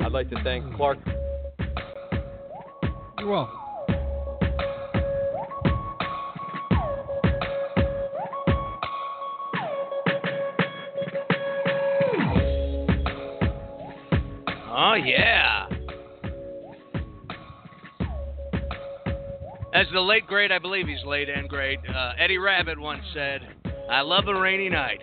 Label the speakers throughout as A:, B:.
A: I'd like to thank Clark.
B: You're welcome.
C: Oh yeah. As the late great, I believe he's late and great. Uh, Eddie Rabbit once said, "I love a rainy night."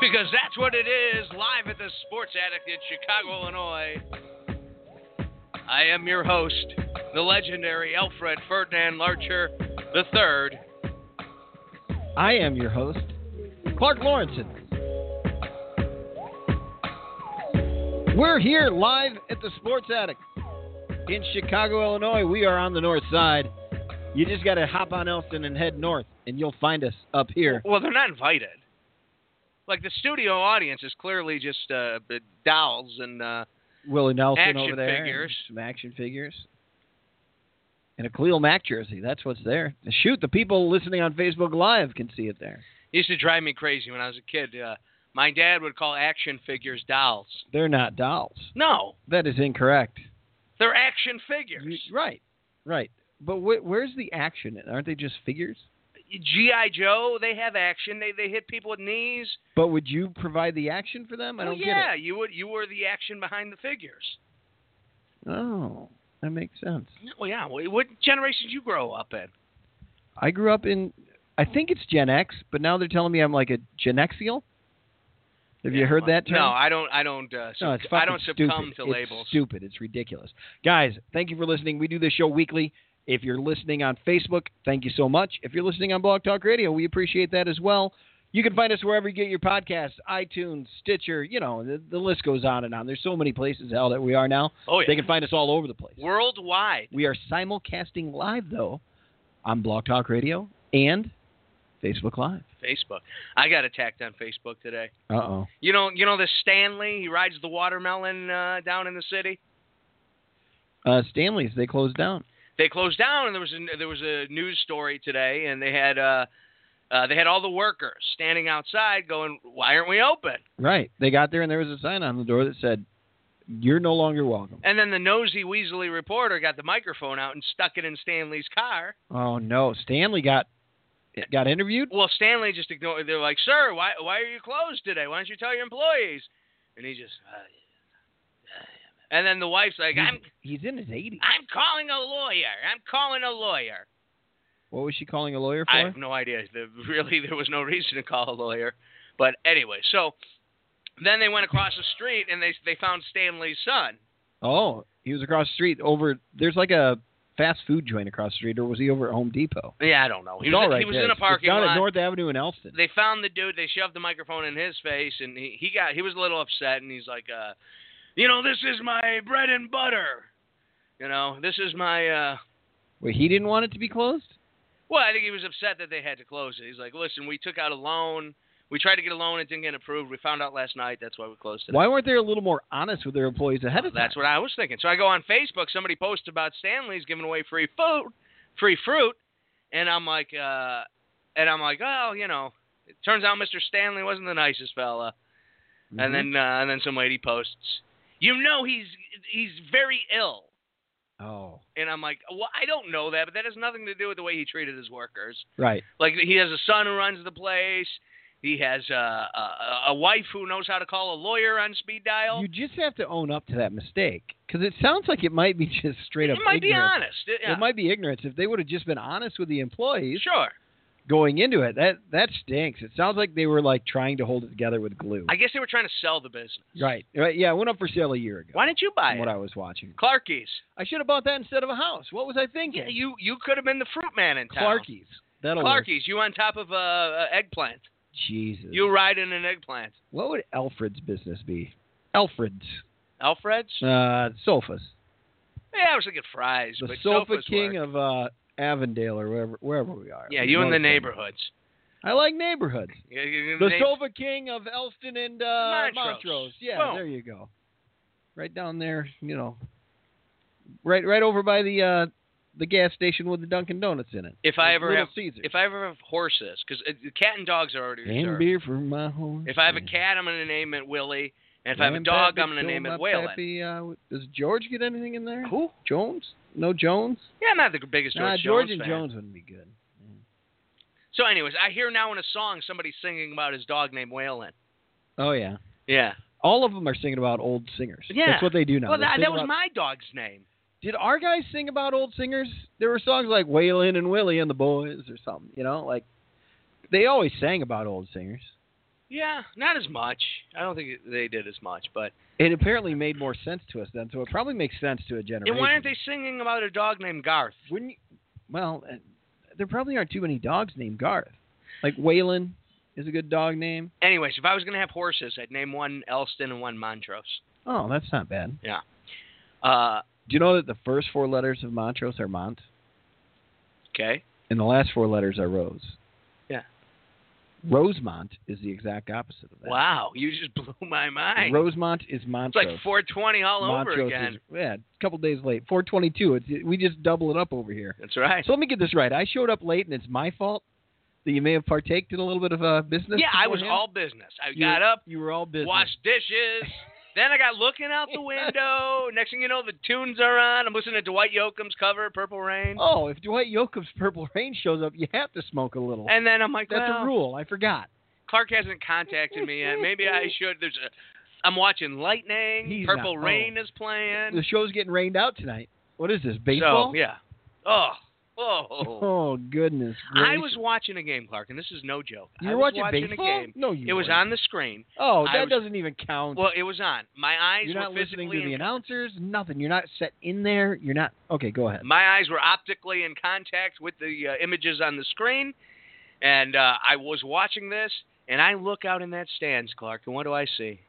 C: Because that's what it is, live at the Sports Addict in Chicago, Illinois. I am your host, the legendary Alfred Ferdinand Larcher III.
B: I am your host, Clark Lawrenson. We're here live at the Sports Attic in Chicago, Illinois. We are on the north side. You just got to hop on Elston and head north, and you'll find us up here.
C: Well, they're not invited. Like the studio audience is clearly just uh, b- dolls and uh,
B: Willie Nelson
C: Action
B: over there. and
C: figures.
B: Some action figures. And a Khalil Mack jersey. That's what's there. Shoot, the people listening on Facebook Live can see it there.
C: it used to drive me crazy when I was a kid. Uh, my dad would call action figures dolls.
B: They're not dolls.
C: No,
B: That is incorrect.
C: they're action figures.
B: You- right, right. But wh- where's the action? in- Aren't they just figures?
C: GI Joe, they have action. They they hit people with knees.
B: But would you provide the action for them? I
C: Well,
B: don't
C: yeah,
B: get
C: you would. You were the action behind the figures.
B: it. Oh, that makes sense.
C: Well, yeah. Well, What generation did you grow up in?
B: I grew up in, I think it's Gen X, but now they're telling me I'm like a Gen Xial. Have you
C: Yeah,
B: heard
C: well,
B: that term?
C: No, I don't. I don't. Uh,
B: No, it's
C: succ-
B: fucking
C: I don't succumb
B: stupid.
C: to
B: It's
C: labels.
B: stupid. It's ridiculous. Guys, thank you for listening. We do this show weekly. If you're listening on Facebook, thank you so much. If you're listening on Blog Talk Radio, we appreciate that as well. You can find us wherever you get your podcasts, iTunes, Stitcher, you know, the, the list goes on and on. There's so many places, hell, that we are now.
C: Oh yeah.
B: They can find us all over the place.
C: Worldwide.
B: We are simulcasting live, though, on Blog Talk Radio and Facebook Live.
C: Facebook. I got attacked on Facebook today.
B: Uh oh.
C: You know, you know this Stanley. He rides the watermelon uh, down in the city.
B: Uh, Stanley's, they closed down.
C: They closed down, and there was a, there was a news story today, and they had uh, uh, they had all the workers standing outside, going, "Why aren't we open?"
B: Right. They got there and there was a sign on the door that said, You're no longer welcome.
C: And then the nosy, weaselly reporter got the microphone out and stuck it in Stanley's car.
B: Oh no. Stanley got got interviewed?
C: Well, Stanley just ignored. They're like, "Sir, why why are you closed today? Why don't you tell your employees?" And he just. "Uh, yeah, yeah." And then the wife's like, "I'm
B: He's in his eighties.
C: I'm calling a lawyer. I'm calling a lawyer."
B: What was she calling a lawyer
C: I
B: for?
C: have no idea. The, really, there was no reason to call a lawyer. But anyway, so then they went across the street and they they found Stanley's son.
B: Oh, he was across the street over there's like a fast food joint across the street, or was he over at Home Depot?
C: Yeah, I don't know. He
B: It's
C: was,
B: all right
C: he was
B: there.
C: in a
B: It's- it's
C: parking
B: down
C: lot.
B: at North Avenue in Elston.
C: they found the dude. They shoved the microphone in his face, and he, he got he was a little upset, and he's like, uh, you know, this is my bread and butter. You know, this is my. Uh,
B: Wait, he didn't want it to be closed?
C: well, I think he was upset that they had to close it. He's like, listen, we took out a loan. We tried to get a loan. It didn't get approved. We found out last night. That's why we closed it.
B: Why weren't they a little more honest with their employees ahead of time?
C: That's what I was thinking. So I go on Facebook. Somebody posts about Stanley's giving away free food, free fruit, and I'm like, uh, and I'm like, oh, you know, it turns out Mr. Stanley wasn't the nicest fella.
B: Mhm.
C: And then uh, and then some lady posts, you know, he's he's very ill.
B: Oh.
C: And I'm like, well, I don't know that, but that has nothing to do with the way he treated his workers.
B: Right.
C: Like he has a son who runs the place. He has uh, a, a wife who knows how to call a lawyer on speed dial.
B: You just have to own up to that mistake because it sounds like it might be just straight up.
C: it might be
B: ignorance.
C: honest. It- yeah.
B: It might be ignorance. If they would have just been honest with the employees
C: Sure.
B: going into it, that that stinks. It sounds like they were like trying to hold it together with glue.
C: I guess they were trying to sell the business.
B: right. Right. Yeah. It went up for sale a year ago.
C: Why didn't you buy
B: From what
C: it?
B: I was watching.
C: Clarkies.
B: I should have bought that instead of a house. What was I thinking?
C: Yeah, you you could have been the fruit man in town.
B: Clarkies. That'll work.
C: Clarkies. You on top of a, a eggplant.
B: Jesus.
C: You ride in an eggplant.
B: What would Alfred's business be? Alfred's.
C: Alfred's.
B: Uh, sofas.
C: yeah, I was thinking fries.
B: The
C: but
B: sofa
C: sofas
B: king
C: work.
B: of uh, Avondale or wherever wherever we are.
C: yeah, you in the
B: Northland.
C: neighborhoods.
B: I like neighborhoods.
C: Yeah, you-
B: The
C: neigh-
B: sofa king of Elston and uh,
C: Montrose.
B: Yeah,
C: Boom.
B: there you go. Right down there, you know. Right, right over by the uh, the gas station with the Dunkin' Donuts in it.
C: If I ever
B: Little
C: have-
B: Caesar.
C: If I ever have horses, because cat and dogs are already
B: and
C: reserved.
B: beer for my horse.
C: If I have a
B: and-
C: cat, I'm gonna name it Willie. And if I have a
B: and
C: dog,
B: Pappy,
C: I'm gonna
B: Joe,
C: name
B: my
C: it Waylon.
B: Pappy, uh, does George get anything in there?
C: Who?
B: Jones? No Jones?
C: Yeah, I'm not the biggest George
B: nah,
C: Jones
B: George and
C: fan.
B: Jones wouldn't be good.
C: So, anyways, I hear now in a song somebody singing about his dog named Waylon.
B: Oh yeah.
C: Yeah.
B: All of them are singing about old singers.
C: Yeah.
B: That's what they do now.
C: well,
B: They
C: that,
B: sing
C: that was
B: about-
C: my dog's name.
B: Did our guys sing about old singers? There were songs like Waylon and Willie and the Boys or something, you know, like they always sang about old singers.
C: Yeah, not as much. I don't think they did as much, but
B: It apparently made more sense to us then, so it probably makes sense to a generation.
C: and why aren't they singing about a dog named Garth?
B: Wouldn't you, well, uh, there probably aren't too many dogs named Garth. Like Waylon is a good dog name.
C: Anyways, if I was gonna have horses, I'd name one Elston and one Montrose.
B: Oh, that's not bad.
C: Uh,
B: Do you know that the first four letters of Montrose are Mont,
C: okay.
B: and the last four letters are Rose?
C: Yeah.
B: Rosemont is the exact opposite of that.
C: Wow, you just blew my mind.
B: Rosemont is
C: It's
B: Montrose.
C: like 420 all over
B: Montrose
C: again.
B: Is, yeah, a couple days late. 422. It's, we just double it up over here.
C: That's right.
B: So let me get this right. I showed up late, and it's my fault that you may have partaked in a little bit of uh, business.
C: yeah, I was
B: beforehand?
C: all business. I
B: You-
C: got up,
B: You were all business.
C: washed dishes. Then I got looking out the window. Next thing you know, the tunes are on. I'm listening to Dwight Yoakam's cover, Purple Rain.
B: Oh, if Dwight Yoakam's Purple Rain shows up, you have to smoke a little.
C: And then I'm like,
B: That's
C: well,
B: a rule. I forgot.
C: Clark hasn't contacted me yet. Maybe I should. There's a. I'm watching Lightning.
B: He's
C: Purple
B: not-
C: Rain is playing.
B: The show's getting rained out tonight. What is this
C: So
B: baseball?
C: yeah. Oh. Oh.
B: Oh goodness.
C: I was
B: gracious.
C: watching a game, Clark, and this is no joke.
B: You
C: I
B: were
C: was
B: watching,
C: a
B: baseball?
C: game.
B: No, you.
C: It was
B: weren't.
C: on the screen.
B: Oh,
C: I
B: that
C: was-
B: doesn't even count.
C: Well, it was on. My eyes
B: You're not
C: were
B: listening
C: physically
B: to the
C: in-
B: announcers. Nothing. You're not set in there. You're not. Okay, go ahead.
C: My eyes were optically in contact with the uh, images on the screen, and uh, I was watching this, and I look out in that stands, Clark, and what do I see?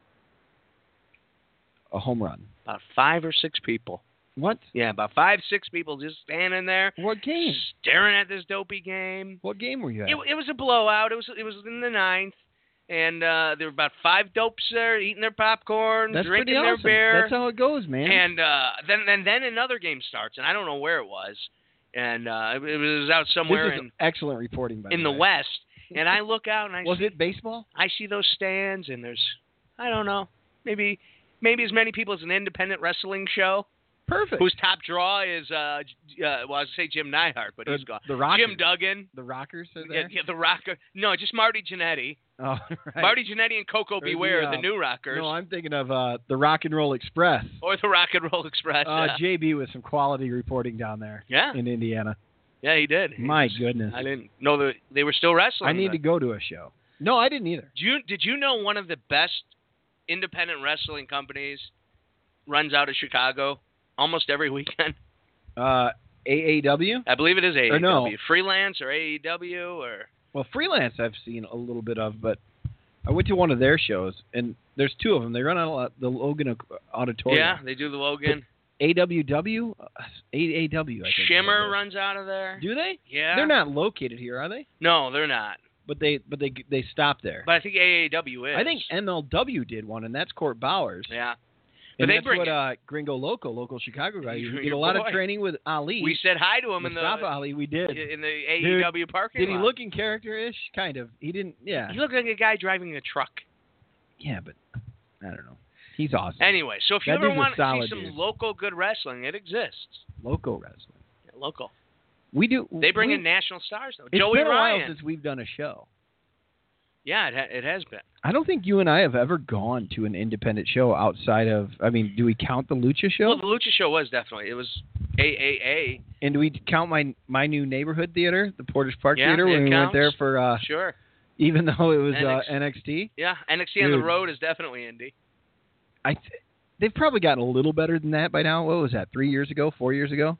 B: A home run.
C: About five or six people.
B: What?
C: Yeah, about five, six people just standing there,
B: What game?
C: staring at this dopey game.
B: What game were you at?
C: It, it was a blowout. It was it was in the ninth, and uh, there were about five dopes there eating their popcorn,
B: That's pretty
C: drinking
B: awesome.
C: their beer.
B: That's how it goes, man.
C: And uh, then then then another game starts, and I don't know where it was, and uh, it, it was out somewhere
B: this is
C: in
B: excellent reporting by
C: in
B: the
C: the
B: way.
C: west. And I look out and I
B: Was
C: see,
B: it baseball?
C: I see those stands, and there's I don't know maybe maybe as many people as an independent wrestling show
B: Perfect.
C: whose top draw is uh, J- uh well I was gonna say Jim Neihart, but
B: Uh,
C: he's gone.
B: the Rockers.
C: Jim Duggan.
B: the Rockers are
C: Yeah,
B: there.
C: yeah, the rocker. No, just Marty Jannetty.
B: Oh, right.
C: Marty Jannetty and Coco
B: the,
C: Beware, the,
B: uh,
C: new rockers,
B: No, I'm thinking of uh, the Rock and Roll Express.
C: or the Rock and Roll Express.
B: Uh,
C: yeah.
B: JB with some quality reporting down there
C: yeah,
B: in Indiana.
C: yeah, he did.
B: My
C: He-
B: goodness.
C: I didn't know that they were still wrestling.
B: I need to go to a show. No, I didn't either.
C: Do you, did you know one of the best independent wrestling companies runs out of Chicago almost every weekend?
B: Uh, AAW.
C: I believe it is AEW.
B: Or no.
C: Freelance or AEW or
B: Well, freelance I've seen a little bit of, but I went to one of their shows, and there's two of them. They run out of the Logan
C: yeah,
B: Auditorium.
C: they do the Logan.
B: AWW, Uh, AAW. I think is
C: Shimmer
B: what
C: runs out of
B: it
C: there.
B: is. Do they?
C: yeah,
B: They're not located here, are they?
C: No, they're not.
B: But they, but they, they stop there.
C: But I think AEW is.
B: I think MLW did one, and that's Court Bowers.
C: Yeah, but
B: And
C: they
B: that's
C: bring
B: what
C: it.
B: uh, Gringo Loco, local Chicago guy, who
C: Your
B: did a lot
C: boy.
B: of training with Ali.
C: we said hi to him in
B: Mustafa
C: the
B: Ali. We did.
C: in the AEW parking
B: Did he
C: lot.
B: look in character-ish? Kind of. He didn't. Yeah.
C: He looked like a guy driving a truck.
B: Yeah, but I don't know. He's awesome.
C: Anyway, so if you
B: That
C: ever
B: dude's a
C: want to see
B: solid
C: some
B: dude.
C: local good wrestling, it exists.
B: Loco wrestling.
C: Yeah, local.
B: We do.
C: They bring
B: we,
C: in national stars though.
B: It's
C: Joey
B: been a
C: Ryan.
B: while since we've done a show.
C: Yeah, it, ha- it has been.
B: I don't think you and I have ever gone to an independent show outside of. I mean, do we count the Lucha show?
C: Well, the Lucha show was definitely. It was AAA.
B: and do we count my my new neighborhood theater, the Portage Park
C: Yeah,
B: Theater,
C: it
B: when we
C: counts.
B: went there for uh,
C: Sure.
B: even though it was
C: NXT.
B: Uh, NXT?
C: Yeah, NXT on the
B: Dude.
C: road is definitely indie.
B: I th- they've probably gotten a little better than that by now. What was that? Three years ago? Four years ago?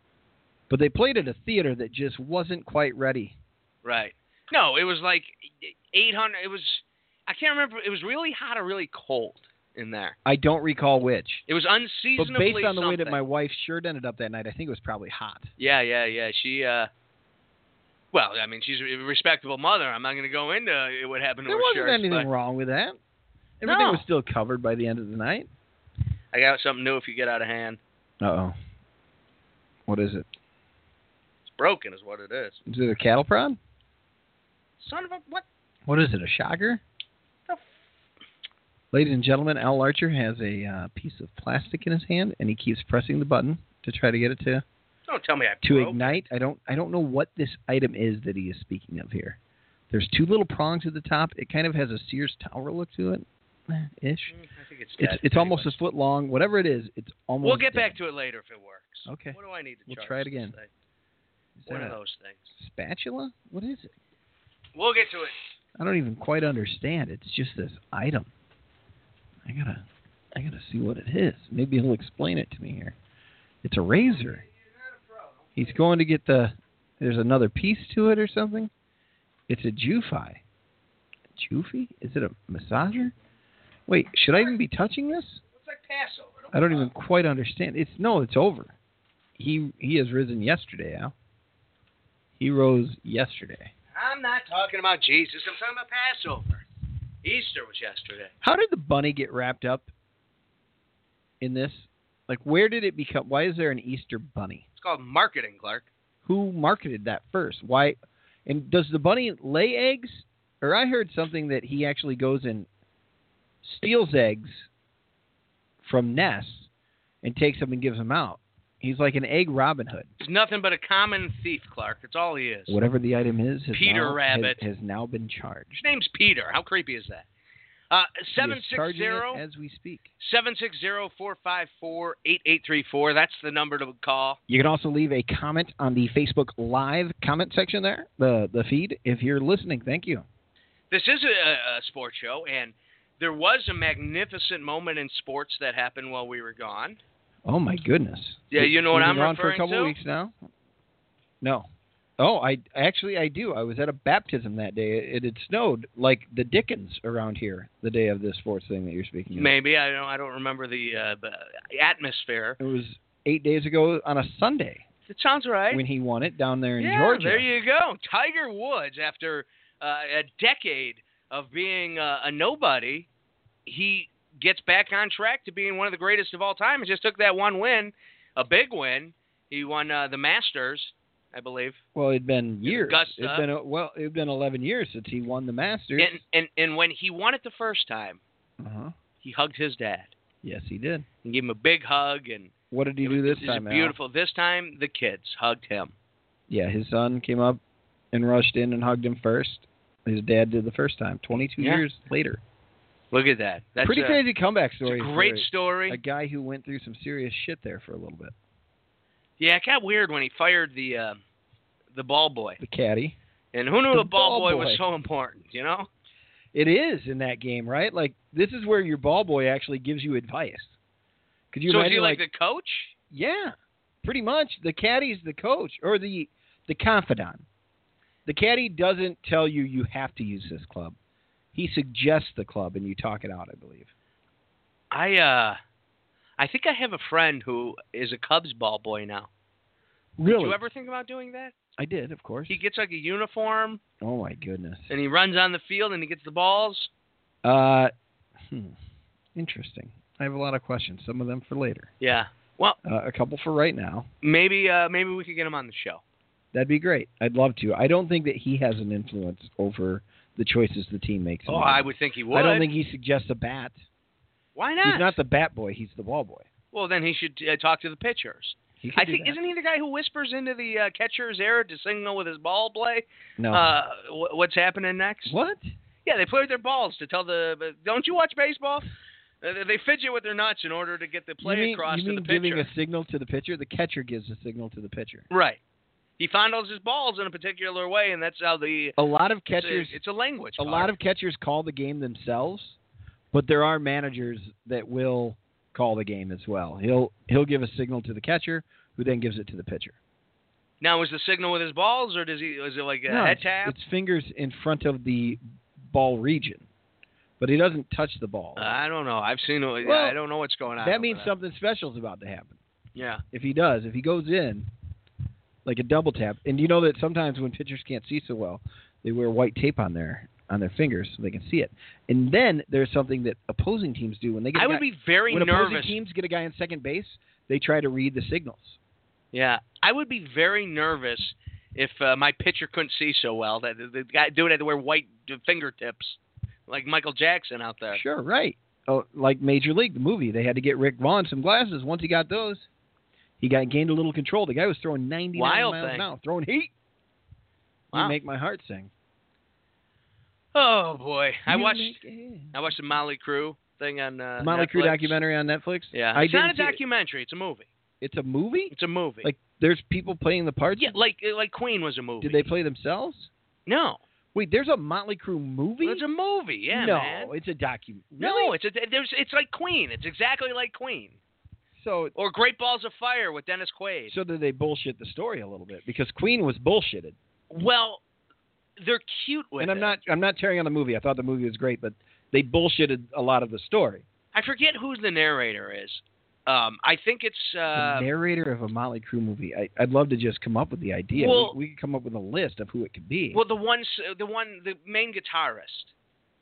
B: But they played at a theater that just wasn't quite ready.
C: Right. No, it was like 800. It was. I can't remember. It was really hot or really cold in there.
B: I don't recall which.
C: It was
B: But
C: unseasonably.
B: based on the way that
C: something.
B: my wife's shirt ended up that night, I think it was probably hot.
C: Yeah, yeah, yeah. She. uh Well, I mean, she's a respectable mother. I'm not going to go into what happened to
B: there
C: her
B: wasn't
C: shirts, but
B: anything wrong with that. Everything
C: No.
B: was still covered by the end of the night.
C: I got something new. If you get out of hand,
B: Uh oh. What is it?
C: it's broken, is what it is.
B: Is it a cattle prod?
C: Son of a what?
B: What is it? A shocker?
C: The f-
B: Ladies and gentlemen, Al Larcher has a uh, piece of plastic in his hand, and he keeps pressing the button to try to get it to
C: Don't tell me I
B: to
C: broke.
B: ignite. I don't I don't know what this item is that he is speaking of here. There's two little prongs at the top. It kind of has a Sears Tower look to it, eh, ish.
C: Mm, I think it's
B: It's
C: dead,
B: it's
C: pretty
B: almost a
C: much.
B: foot long. Whatever it is, it's almost.
C: We'll get
B: dead.
C: back to it later if it works.
B: Okay.
C: What do I need to
B: We'll
C: charge
B: try it
C: this
B: again.
C: thing?
B: Is that
C: One of
B: a
C: those things.
B: Spatula? What is it?
C: We'll get to it.
B: I don't even quite understand. It's just this item. I gotta I gotta see what it is. Maybe he'll explain it to me here. It's a razor. He's going to get the there's another piece to it or something. It's a Jufi. Jufi? Is it a massager? Wait, should I even be touching this?
C: It's like Passover. Don't
B: I don't even quite understand. It's no, it's over. He he has risen yesterday, Al. He rose yesterday.
C: I'm not talking about Jesus. I'm talking about Passover. Easter was yesterday.
B: How did the bunny get wrapped up in this? Like, where did it become? Why is there an Easter bunny?
C: It's called marketing, Clark.
B: Who marketed that first? Why? And does the bunny lay eggs? Or I heard something that he actually goes and steals eggs from nests and takes them and gives them out. He's like an egg Robin Hood.
C: He's nothing but a common thief, Clark. That's all he is.
B: Whatever the item is, has
C: Peter
B: now, has-
C: Rabbit.
B: has, now been
C: His
B: charged.
C: name's Peter. How creepy is that? Uh,
B: He is
C: seven six
B: charging it
C: zero
B: as we speak.
C: seven six zero four five four eight eight three four. That's the number to call.
B: You can also leave a comment on the Facebook Live comment section there, the the feed, if you're listening. Thank you.
C: This is a, a sports show, and there was a magnificent moment in sports that happened while we were gone.
B: Oh my goodness.
C: Yeah, you know what
B: We've
C: I'm
B: been gone for a
C: referring
B: couple
C: to?
B: weeks now. No. Oh, I actually I do. I was at a baptism that day. It, had snowed like the Dickens around here the day of this sports thing that you're speaking of.
C: Maybe I don't. I don't remember the uh, b- atmosphere.
B: It was eight days ago on a Sunday
C: It sounds right.
B: when he won it down there in
C: yeah,
B: Georgia.
C: there you go. Tiger Woods, after uh, a decade of being uh, a nobody, he gets back on track to being one of the greatest of all time. He just took that one win, a big win. He won uh, the Masters, I believe,
B: well, it'd been years.
C: Augusta.
B: It'd been uh, well, it'd been 11 years since he won the Masters.
C: and and and when he won it the first time,
B: uh-huh.
C: he hugged his dad
B: Yes, he did.
C: and gave him a big hug. And
B: What did he
C: it
B: do
C: was-
B: this
C: it was
B: time? Al?
C: beautiful. This time, the kids hugged him.
B: Yeah, his son came up and rushed in and hugged him first. His dad did the first time, 22
C: Yeah.
B: years later.
C: Look at that. That's
B: Pretty
C: a,
B: crazy comeback
C: it's a
B: story.
C: great
B: for
C: story.
B: A guy who went through some serious shit there for a little bit.
C: Yeah, it got weird when he fired the uh, the ball boy.
B: The caddy.
C: And who knew
B: The
C: a ball,
B: ball
C: boy,
B: boy.
C: was so important? You know,
B: It is in that game, right? Like this is where your ball boy actually gives you advice. Could you
C: so is
B: imagine?
C: he like,
B: like,
C: the coach?
B: yeah, pretty much. The caddy's the coach or the the confidant. The caddy doesn't tell you you have to use this club. He suggests the club, and you talk it out. I believe.
C: I uh, I think I have a friend who is a Cubs ball boy now.
B: Really?
C: Did you ever think about doing that?
B: I did, of course.
C: He gets like a uniform
B: Oh my goodness.
C: and he runs on the field and he gets the balls.
B: Uh, hmm. interesting. I have a lot of questions. Some of them for later.
C: Yeah. Well,
B: Uh, a couple for right now.
C: maybe uh, maybe we could get him on the show.
B: That'd be great. I'd love to. I don't think that he has an influence over the choices the team makes. in
C: Oh,
B: the
C: I
B: game.
C: would think he would.
B: I don't think he suggests a bat.
C: Why
B: He's not the bat boy. He's the ball boy.
C: Well, then he should uh, talk to the pitchers.
B: He could
C: I
B: do
C: think
B: that.
C: isn't he the guy who whispers into the uh, catcher's ear to signal with his ball play
B: no.
C: uh, wh- what's happening next?
B: what?
C: Yeah, they play with their balls to tell the. but Don't you watch baseball? Uh, they- They fidget with their nuts in order to get the play
B: you mean,
C: across
B: you mean
C: to the pitcher.
B: giving a signal to the pitcher? The catcher gives a signal to the pitcher.
C: Right. He fondles his balls in a particular way, and that's how the
B: A lot of
C: it's a-
B: catchers,
C: It's a, language.
B: a lot of catchers call the game themselves, but there are managers that will call the game as well. He'll he'll give a signal to the catcher, who then gives it to the pitcher.
C: now is the signal with his balls, or does he? Is it like a
B: No,
C: head
B: it's,
C: tap?
B: it's fingers in front of the ball region, but he doesn't touch the ball.
C: Uh, I don't know. I've seen. it.
B: Well,
C: I don't know what's going on. over
B: that means
C: there.
B: something special is about to happen.
C: Yeah.
B: If he does, if he goes in, like a double tap, and you know that sometimes when pitchers can't see so well, they wear white tape on their on their fingers so they can see it. And then there's something that opposing teams do when they get.
C: I
B: a
C: would
B: guy-
C: be very
B: when
C: nervous.
B: opposing teams get a guy in second base, they try to read the signals.
C: Yeah, I would be very nervous if uh, my pitcher couldn't see so well. That the the guy dude had to wear white fingertips, like Michael Jackson out there.
B: Sure, right. Oh, like Major League, the movie, they had to get Rick Vaughn some glasses. Once he got those, he got gained a little control. The guy was throwing 99
C: Wild
B: miles
C: thing.
B: an hour, throwing heat.
C: Wow.
B: You make my heart sing.
C: Oh boy, I
B: You
C: watched
B: make it.
C: I watched the Molly Crew thing on uh,
B: Motley Crue
C: Netflix.
B: documentary on Netflix.
C: Yeah,
B: I
C: it's not a
B: didn't see it.
C: documentary; it's a movie.
B: It's a movie.
C: It's a movie.
B: Like there's people playing the parts.
C: yeah, like like Queen was a movie.
B: Did they play themselves?
C: No,
B: Wait, there's a Motley Crue movie.
C: it's a movie. Yeah,
B: no,
C: man.
B: it's a document.
C: No, it's a, there's it's like Queen. It's exactly like Queen
B: So
C: or Great Balls of Fire with Dennis Quaid.
B: so did they bullshit the story a little bit because Queen was bullshitted.
C: well, they're cute with
B: and I'm
C: it.
B: not I'm not tearing on the movie. I thought the movie was great, but they bullshitted a lot of the story.
C: I forget who the narrator is. Um, I think it's uh,
B: the narrator of a Motley Crue movie. I, I'd love to just come up with the idea.
C: Well-
B: we, we could come up with a list of who it could be.
C: well the one s- the one the main guitarist.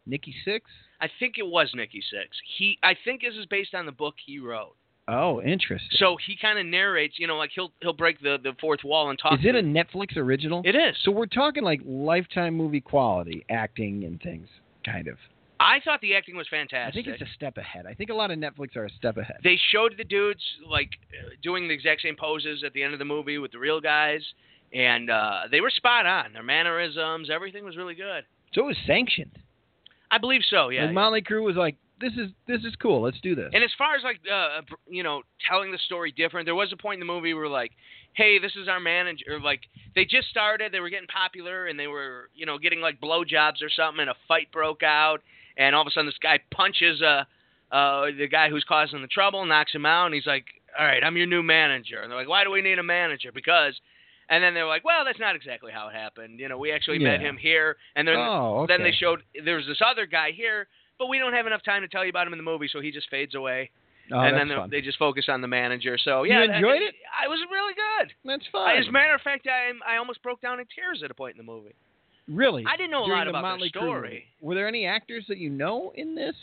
B: Nikki Six.
C: I think it was Nikki Six. He I think this is based on the book he wrote.
B: Oh, interesting.
C: So he kind of narrates, you know, like he'll he'll break the, the fourth wall and talk.
B: is it
C: to
B: a Netflix original?
C: uh, It is.
B: So we're talking like lifetime movie quality acting and things, kind of.
C: I thought the acting was
B: I
C: fantastic.
B: think it's a step ahead. I think a lot of Netflix are a step ahead.
C: they showed the dudes like uh, doing the exact same poses at the end of the movie with the real guys, and uh, they were spot on. Their mannerisms, everything was really good.
B: so it was sanctioned.
C: I believe so. Yeah.
B: like Motley Crue was like, "This is this is cool. Let's do this."
C: And as far as like uh, you know, telling the story different, there was a point in the movie where like, hey, this is our manager. or, Like they just started, they were getting popular, and they were you know getting like blowjobs or something, and a fight broke out, and all of a sudden this guy punches uh, uh the guy who's causing the trouble, knocks him out, and he's like, all right, I'm your new manager. And they're like, why do we need a manager? Because. And then they're like, well, that's not exactly how it happened. You know, we actually met
B: Yeah.
C: him here, and then
B: oh, okay.
C: then they showed there was this other guy here, but we don't have enough time to tell you about him in the movie, so he just fades away.
B: oh,
C: and
B: that's
C: then they-
B: fun.
C: they just focus on the manager. So
B: You
C: yeah,
B: enjoyed
C: I,
B: it?
C: I was really good.
B: that's
C: I-
B: fun.
C: as a matter of fact, I I almost broke down in tears at a point in the movie.
B: Really?
C: I didn't know a
B: During
C: lot
B: the
C: about their
B: Motley Crue
C: story.
B: movie. Were there any actors that you know in this?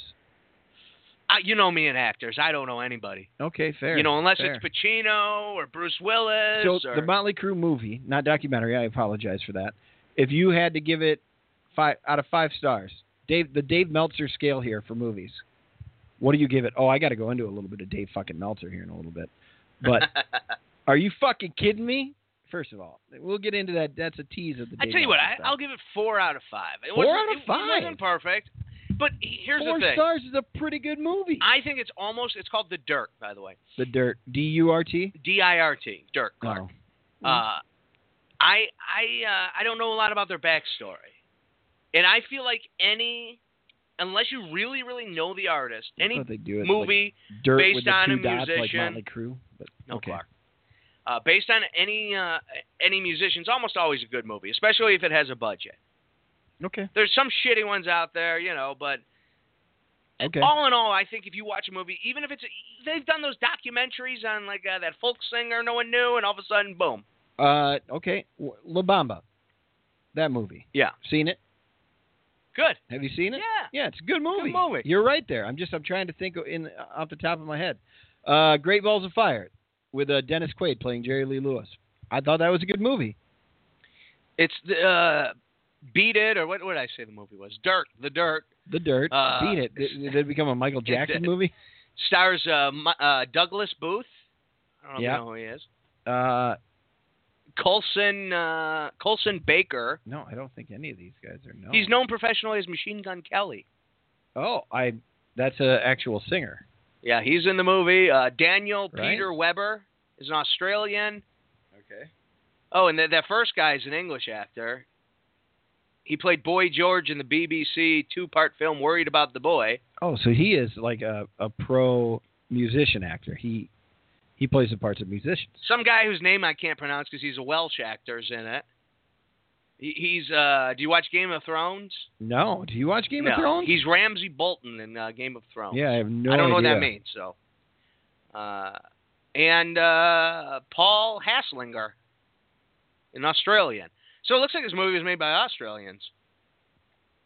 C: I, you know me and actors, I don't know anybody.
B: Okay, fair.
C: you know, unless
B: fair.
C: it's Pacino or Bruce Willis
B: so
C: or
B: the Motley Crue movie, not documentary. I apologize for that. If you had to give it five out of five stars, Dave, the Dave Meltzer scale here for movies, what do you give it? Oh, I got to go into a little bit of Dave fucking Meltzer here in a little bit. But are you fucking kidding me? First of all, we'll get into that. That's a tease of the.
C: I
B: Dave
C: tell you what,
B: Meltzer
C: I,
B: stuff.
C: I'll give it four out of five. It
B: Four
C: wasn't-
B: out of
C: it-
B: five?
C: It wasn't perfect, but here's
B: four
C: the thing.
B: stars is a pretty good movie.
C: I think it's almost. It's called The Dirt, by the way.
B: the Dirt, D U R T.
C: D I R T. Dirt. Clark.
B: Oh.
C: Uh, I I uh, I don't know a lot about their backstory, and I feel like any, unless you really really know the artist,
B: I
C: any
B: thought they'd do it, like,
C: movie
B: dirt
C: based
B: with the
C: on
B: two
C: a
B: dots,
C: musician.
B: like Motley Crue. But,
C: no
B: okay.
C: Clark, uh, based on any uh, any musician's almost always a good movie, especially if it has a budget.
B: Okay.
C: There's some shitty ones out there, you know, but
B: Okay.
C: all in all, I think if you watch a movie, even if it's they've done those documentaries on like uh, that folk singer no one knew, and all of a sudden, boom,
B: Uh, okay. W- La Bamba. That movie.
C: Yeah.
B: Seen it?
C: good,
B: Have you seen
C: yeah.
B: it? Yeah, it's a good movie.
C: movie.
B: You're right there. I'm just I'm trying to think in off the top of my head. Uh, Great Balls of Fire with uh, Dennis Quaid playing Jerry Lee Lewis. I thought that was a good movie.
C: It's the uh, Beat It or what? What did I say the movie was? Dirt, The Dirt
B: The Dirt.
C: Uh,
B: Beat it. Did, did it become a Michael Jackson
C: did.
B: movie?
C: stars uh, Mi- uh, Douglas Booth. I don't know
B: Yeah.
C: if you know who he is.
B: Uh,
C: Colson uh, Colson Baker.
B: No, I don't think any of these guys are known.
C: He's known professionally as Machine Gun Kelly.
B: Oh, I. That's an actual singer.
C: Yeah, he's in the movie. Uh, Daniel
B: Right.
C: Peter Weber is an Australian.
B: Okay.
C: Oh, and that that first guy is an English actor. He played Boy George in the BBC two-part film "Worried About the Boy."
B: Oh, so he is like a, a pro musician actor. He he plays the parts of musicians.
C: Some guy whose name I can't pronounce because he's a Welsh actor's in it. He, he's. Uh, do you watch Game of Thrones?
B: No, do you watch Game
C: no.
B: of Thrones?
C: He's Ramsey Bolton in uh, Game of Thrones.
B: yeah, I have no.
C: I don't know what that
B: idea.
C: means. So, uh, and uh, Paul Hasslinger, an Australian. So it looks like this movie was made by Australians.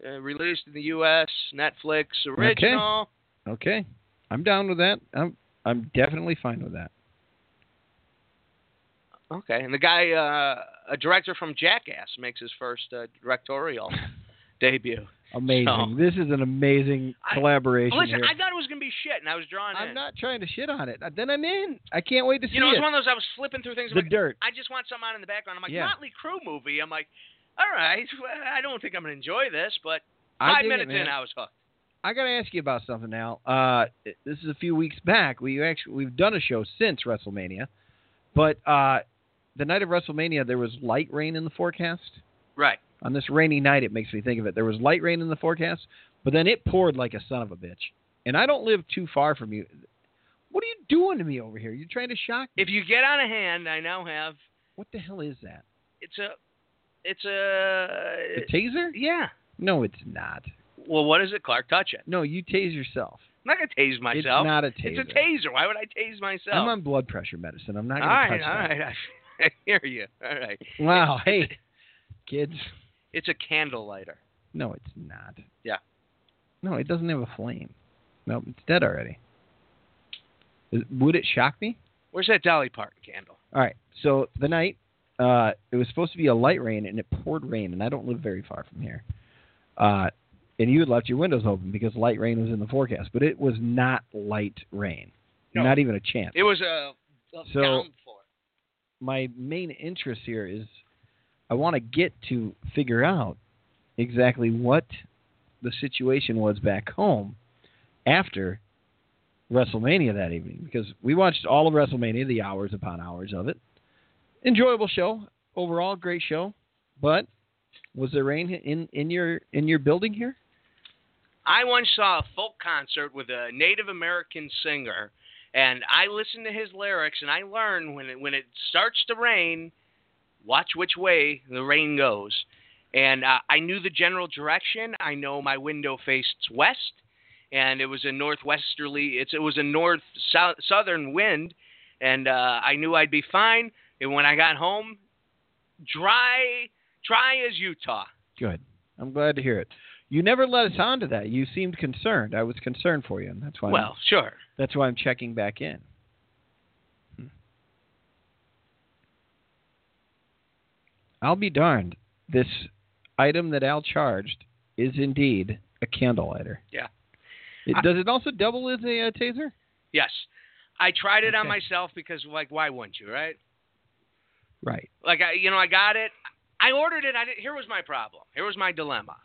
C: Uh, released in the U.S., Netflix original.
B: Okay, I'm down with that. I'm I'm definitely fine with that.
C: Okay, and the guy, uh, a director from Jackass, makes his first uh, directorial debut.
B: Amazing.
C: So-
B: This is an amazing
C: I-
B: collaboration
C: Listen,
B: here.
C: I thought it was gonna be shit, and I was drawn
B: I'm
C: in.
B: not trying to shit on it. Then I'm in. I can't wait to see
C: you know,
B: it.
C: it's one of those I was flipping through things. I'm
B: the
C: like,
B: dirt.
C: I just want something on in the background. I'm like,
B: Yeah.
C: Motley Crue movie. I'm like, all right, well, I don't think I'm gonna enjoy this, but
B: I
C: five
B: dig it,
C: minutes
B: man.
C: in, I was hooked.
B: I gotta ask you about something now. Uh, this is a few weeks back. We actually we've done a show since WrestleMania, but uh, the night of WrestleMania there was light rain in the forecast.
C: Right.
B: On this rainy night, it makes me think of it. There was light rain in the forecast, but then it poured like a son of a bitch. And I don't live too far from you. What are you doing to me over here? You're trying to shock me.
C: If you get on a hand, I now have
B: What the hell is that?
C: it's a it's a
B: A taser?
C: yeah.
B: No, it's not.
C: Well, what is it, Clark? Touch it.
B: No, you tase yourself.
C: I'm not gonna tase myself.
B: It's not a taser.
C: It's a taser. Why would I tase myself?
B: I'm on blood pressure medicine. I'm not
C: all
B: gonna
C: right,
B: touch
C: all
B: that.
C: right. I hear you. All right.
B: Wow. Hey, kids.
C: It's a candle lighter.
B: No, it's not.
C: Yeah.
B: No, it doesn't have a flame. No, it's dead already. Is- Would it shock me?
C: Where's that Dolly Parton candle?
B: All right. So the night, uh, it was supposed to be a light rain, and it poured rain, and I don't live very far from here. Uh, and you had left your windows open because light rain was in the forecast, but it was not light rain.
C: No.
B: Not even a chance.
C: It was uh, a, a
B: So-
C: downpour.
B: my main interest here is I want to get to figure out exactly what the situation was back home after WrestleMania that evening because we watched all of WrestleMania, the hours upon hours of it. Enjoyable show overall, great show. But was there rain in in your in your building here?
C: I once saw a folk concert with a Native American singer, and I listened to his lyrics, and I learned when it, when it starts to rain, watch which way the rain goes. And uh, I knew the general direction. I know my window faced west, and it was a northwesterly. It's it was a north south southern wind, and uh, I knew I'd be fine. And when I got home, dry dry as Utah.
B: Good. I'm glad to hear it. You never let us on to that. You seemed concerned. I was concerned for you, and that's why I'm-
C: Well, sure.
B: that's why I'm checking back in. Hmm. I'll be darned. This item that Al charged is indeed a candle lighter.
C: Yeah.
B: It,
C: I-
B: does it also double as a uh, taser?
C: Yes. I tried it on
B: Okay.
C: myself because, like, why wouldn't you, right?
B: Right.
C: Like, I, you know, I got it. I ordered it. I did, here was my problem. Here was my dilemma.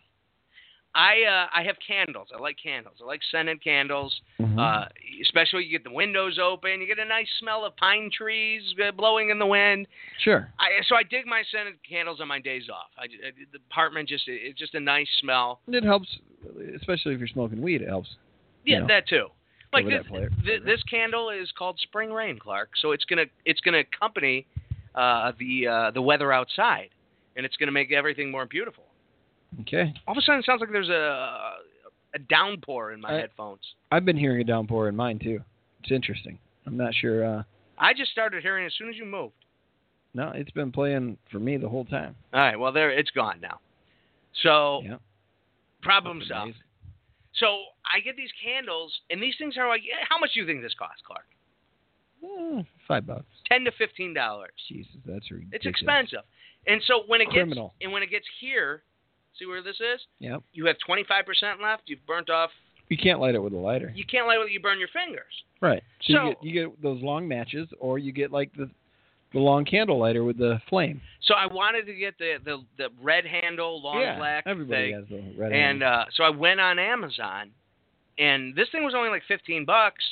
C: I uh, I have candles. I like candles. I like scented candles. Uh, especially you get the windows open. You get a nice smell of pine trees uh, blowing in the wind.
B: sure.
C: I, so I dig my scented candles on my days off. I, I, the apartment just it's just a nice smell.
B: And it helps, especially if you're smoking weed, it helps.
C: Yeah,
B: you know,
C: that too. Like
B: over
C: this,
B: that flavor-
C: thi-
B: flavor.
C: this candle is called Spring Rain, Clark. So it's gonna it's gonna accompany uh, the uh, the weather outside, and it's gonna make everything more beautiful.
B: Okay.
C: All of a sudden, it sounds like there's a a downpour in my
B: I-
C: headphones.
B: I've been hearing a downpour in mine, too. It's interesting. I'm not sure. Uh,
C: I just started hearing it as soon as you moved.
B: no, it's been playing for me the whole time.
C: All right, well there it's gone now. So
B: Yeah.
C: problem solved.
B: Amazing.
C: So I get these candles, and these things are like, how much do you think this costs, Clark?
B: Mm, five bucks.
C: Ten to fifteen dollars.
B: Jesus, that's ridiculous.
C: It's expensive. And so when it gets
B: Criminal.
C: and when it gets here, see where this is?
B: Yep.
C: You have 25% left. You've burnt off.
B: You can't light it with a lighter.
C: You can't light whether you burn your fingers.
B: right. So,
C: So-
B: you, get, you get those long matches, or you get like the the long candle lighter with the flame.
C: So I wanted to get the the, the red handle, long
B: yeah,
C: black
B: everybody
C: thing.
B: has the red.
C: and uh, so I went on Amazon, and this thing was only like 15 bucks.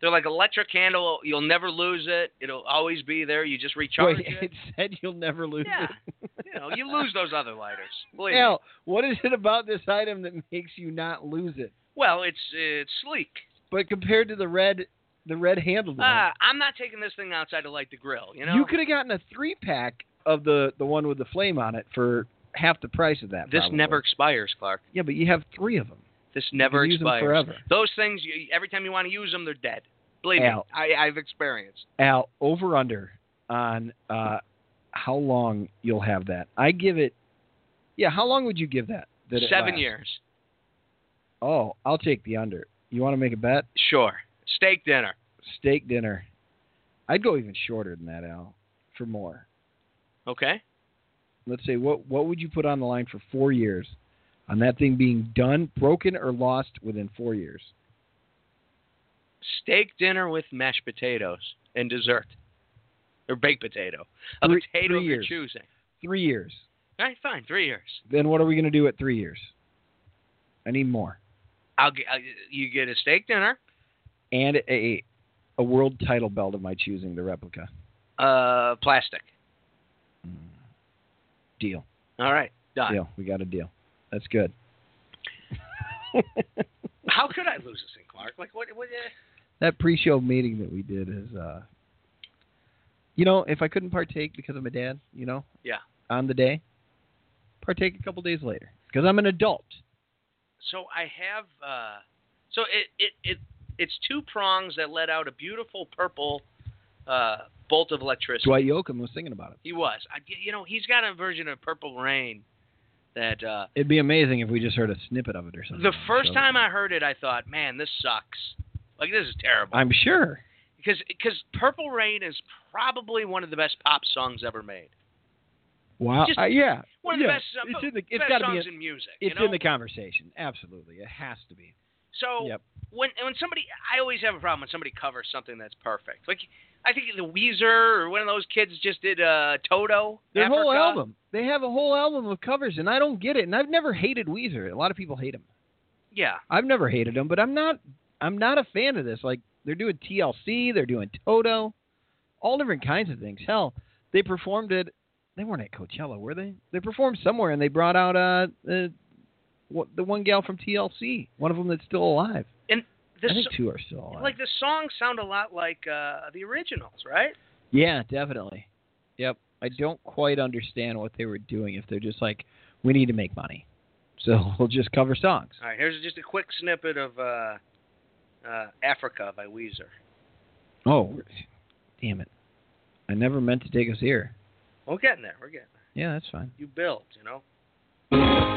C: They're like electric candle. You'll never lose it. It'll always be there. You just recharge
B: Wait,
C: it.
B: it said you'll never lose
C: uh, Yeah,
B: it.
C: you know, you lose those other lighters. Believe me.
B: Al, what is it about this item that makes you not lose it?
C: Well, it's it's sleek.
B: But compared to the red, the red handled one,
C: Uh, I'm not taking this thing outside to light the grill. You know,
B: you could have gotten a three pack of the the one with the flame on it for half the price of that.
C: this
B: probably.
C: never expires, Clark.
B: Yeah, but you have three of them.
C: This never
B: use 'em
C: expires.
B: forever.
C: Those things, you, every time you want to use them, they're dead. Believe
B: Al.
C: me, I, I've experienced.
B: Al, over under on uh, how long you'll have that. I give it. Yeah, how long would you give that? that it
C: Seven
B: lasts?
C: years.
B: Oh, I'll take the under. You want to make a bet?
C: Sure. Steak dinner.
B: Steak dinner. I'd go even shorter than that, Al, for more.
C: Okay.
B: Let's say what what would you put on the line for four years on that thing being done, broken, or lost within four years?
C: Steak dinner with mashed potatoes and dessert, or baked potato. A
B: Three-
C: potato
B: three
C: of your
B: years.
C: choosing.
B: Three years.
C: All right, fine. Three years.
B: Then what are we going to do at three years? I need more.
C: I'll get I- you get a steak dinner,
B: And a a world title belt of my choosing, the replica.
C: uh, plastic.
B: Deal.
C: All right, done.
B: Deal. We got a deal. That's good.
C: How could I lose this thing, Clark? Like what? what uh,
B: that pre-show meeting that we did is uh you know if i couldn't partake because of my dad you know
C: Yeah.
B: on the day partake a couple days later because i'm an adult
C: so I have uh, so it, it it it's two prongs that let out a beautiful purple uh, bolt of electricity.
B: dwight yoakam was singing about it
C: He was, I, you know, he's got a version of Purple Rain that uh,
B: it'd be amazing if we just heard a snippet of it or something
C: the first time I heard it, I thought, man, this sucks. Like this is terrible
B: i'm sure
C: because because Purple Rain is probably one of the best pop songs ever made.
B: wow
C: Just-
B: Uh, yeah
C: One of
B: yeah.
C: the best, uh,
B: it's in the, it's
C: best
B: gotta be
C: songs
B: in,
C: in music.
B: it's
C: you know? Oh,
B: in the conversation absolutely it has to be
C: So
B: Yep.
C: when when somebody, I always have a problem when somebody covers something that's perfect. Like I think the Weezer or one of those kids just did uh, Toto.
B: their
C: Africa.
B: whole album they have a whole album of covers and i don't get it and i've never hated weezer a lot of people hate him
C: Yeah,
B: I've never hated them, but I'm not I'm not a fan of this. Like they're doing TLC, they're doing Toto, all different kinds of things. Hell, they performed at they weren't at Coachella, were they? They performed somewhere and they brought out uh the what, the one gal from TLC, one of them that's still alive.
C: and the
B: I think
C: so-
B: two are still alive.
C: like the songs sound a lot like uh, the originals, right?
B: yeah, definitely. Yep. I don't quite understand what they were doing if they're just like we need to make money. So we'll just cover songs.
C: All right, here's just a quick snippet of uh, uh, Africa by Weezer.
B: Oh, damn it. I never meant to take us here.
C: We're getting there. We're getting there.
B: Yeah, that's fine.
C: You build, you know.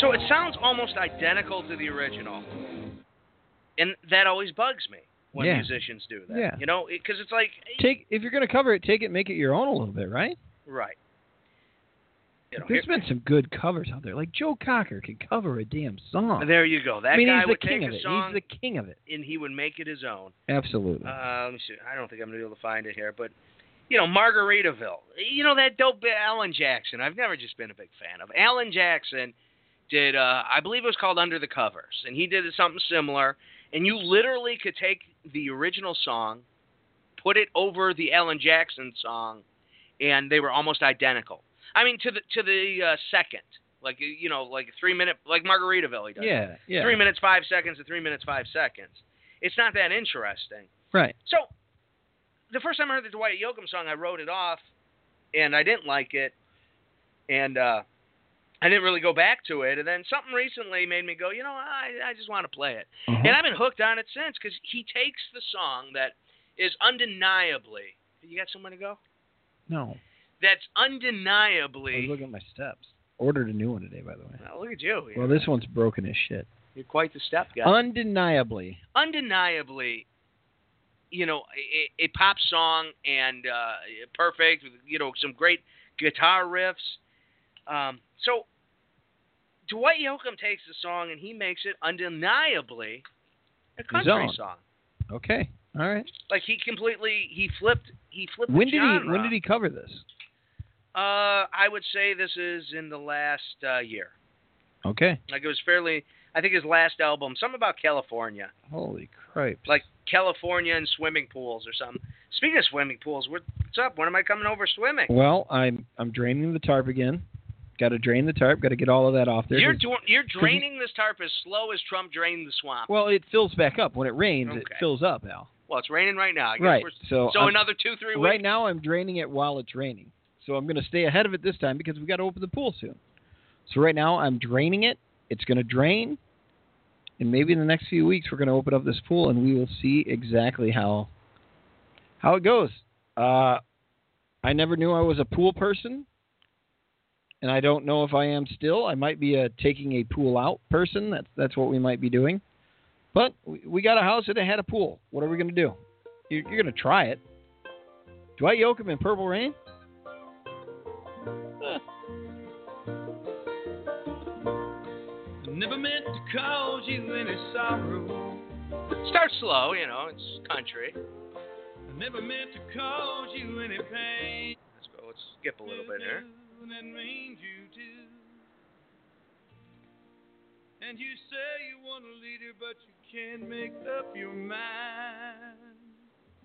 C: So it sounds almost identical to the original, and that always bugs me when
B: Yeah.
C: musicians do that.
B: Yeah.
C: You know, because it's like,
B: take if you're going to cover it, take it, make it your own a little bit, right?
C: right? You know,
B: There's
C: here-
B: been some good covers out there. Like Joe Cocker can cover a damn song.
C: there you go. That
B: I mean,
C: guy
B: he's the
C: would
B: king
C: take
B: of
C: a
B: it.
C: song
B: He's the king of it.
C: and he would make it his own.
B: Absolutely.
C: Uh, let me see. I don't think I'm gonna be able to find it here, but you know, Margaritaville. You know that dope bit, Alan Jackson. I've never just been a big fan of Alan Jackson. Did uh, I believe it was called Under the Covers, and he did something similar. And you literally could take the original song, put it over the Alan Jackson song, and they were almost identical. I mean, to the to the uh, second, like you know, like three minute, like Margaritaville. He does
B: yeah, yeah.
C: three minutes five seconds to three minutes five seconds. It's not that interesting.
B: Right.
C: So the first time I heard the Dwight Yoakam song, I wrote it off, and I didn't like it, and uh, I didn't really go back to it. And then something recently made me go, you know, I, I just want to play it,
B: Mm-hmm.
C: and I've been hooked on it since because he takes the song that is undeniably. You got somewhere to go?
B: No.
C: That's
B: I was
C: undeniably.
B: looking at my steps. Ordered a new one today, by the way.
C: Well, look at you.
B: Well, this one's broken as shit.
C: You're quite the step guy.
B: Undeniably.
C: undeniably you know, a, a pop song and uh, perfect with you know some great guitar riffs. Um, so Dwight Yoakam takes the song and he makes it undeniably a country
B: own.
C: song.
B: Okay. All right.
C: Like he completely he flipped he flipped.
B: When
C: the
B: did he
C: genre.
B: when did he cover this?
C: Uh, I would say this is in the last uh, year.
B: Okay.
C: Like it was fairly. I think his last album, something about California,
B: Holy crap.
C: like California and swimming pools or something. Speaking of swimming pools, what's up? When am I coming over swimming?
B: Well, I'm I'm draining the tarp again. Got to drain the tarp. Got to get all of that off there.
C: You're
B: 'cause-
C: dra- you're draining this tarp as slow as Trump drained the swamp.
B: well, it fills back up when it rains. It
C: Okay.
B: fills up, Al.
C: Well, it's raining right now. I guess
B: Right.
C: we're-
B: So
C: so
B: I'm-
C: another two three weeks.
B: right now I'm draining it while it's raining. So I'm going to stay ahead of it this time because we got to open the pool soon. So right now I'm draining it. It's going to drain, and maybe in the next few weeks we're going to open up this pool and we will see exactly how how it goes. Uh, I never knew I was a pool person, and I don't know if I am still. I might be a taking a pool out person. That's that's what we might be doing. But we, we got a house and it had a pool. What are we going to do? You're, you're going to try it. Dwight Yoakam in Purple Rain?
D: Never meant to cause you any sorrow.
C: Start slow, you know. It's country.
D: Never meant to cause you any pain.
C: Let's go. Let's skip a little bit here.
D: That means you do. And you say you want a leader, but you can't make up your mind.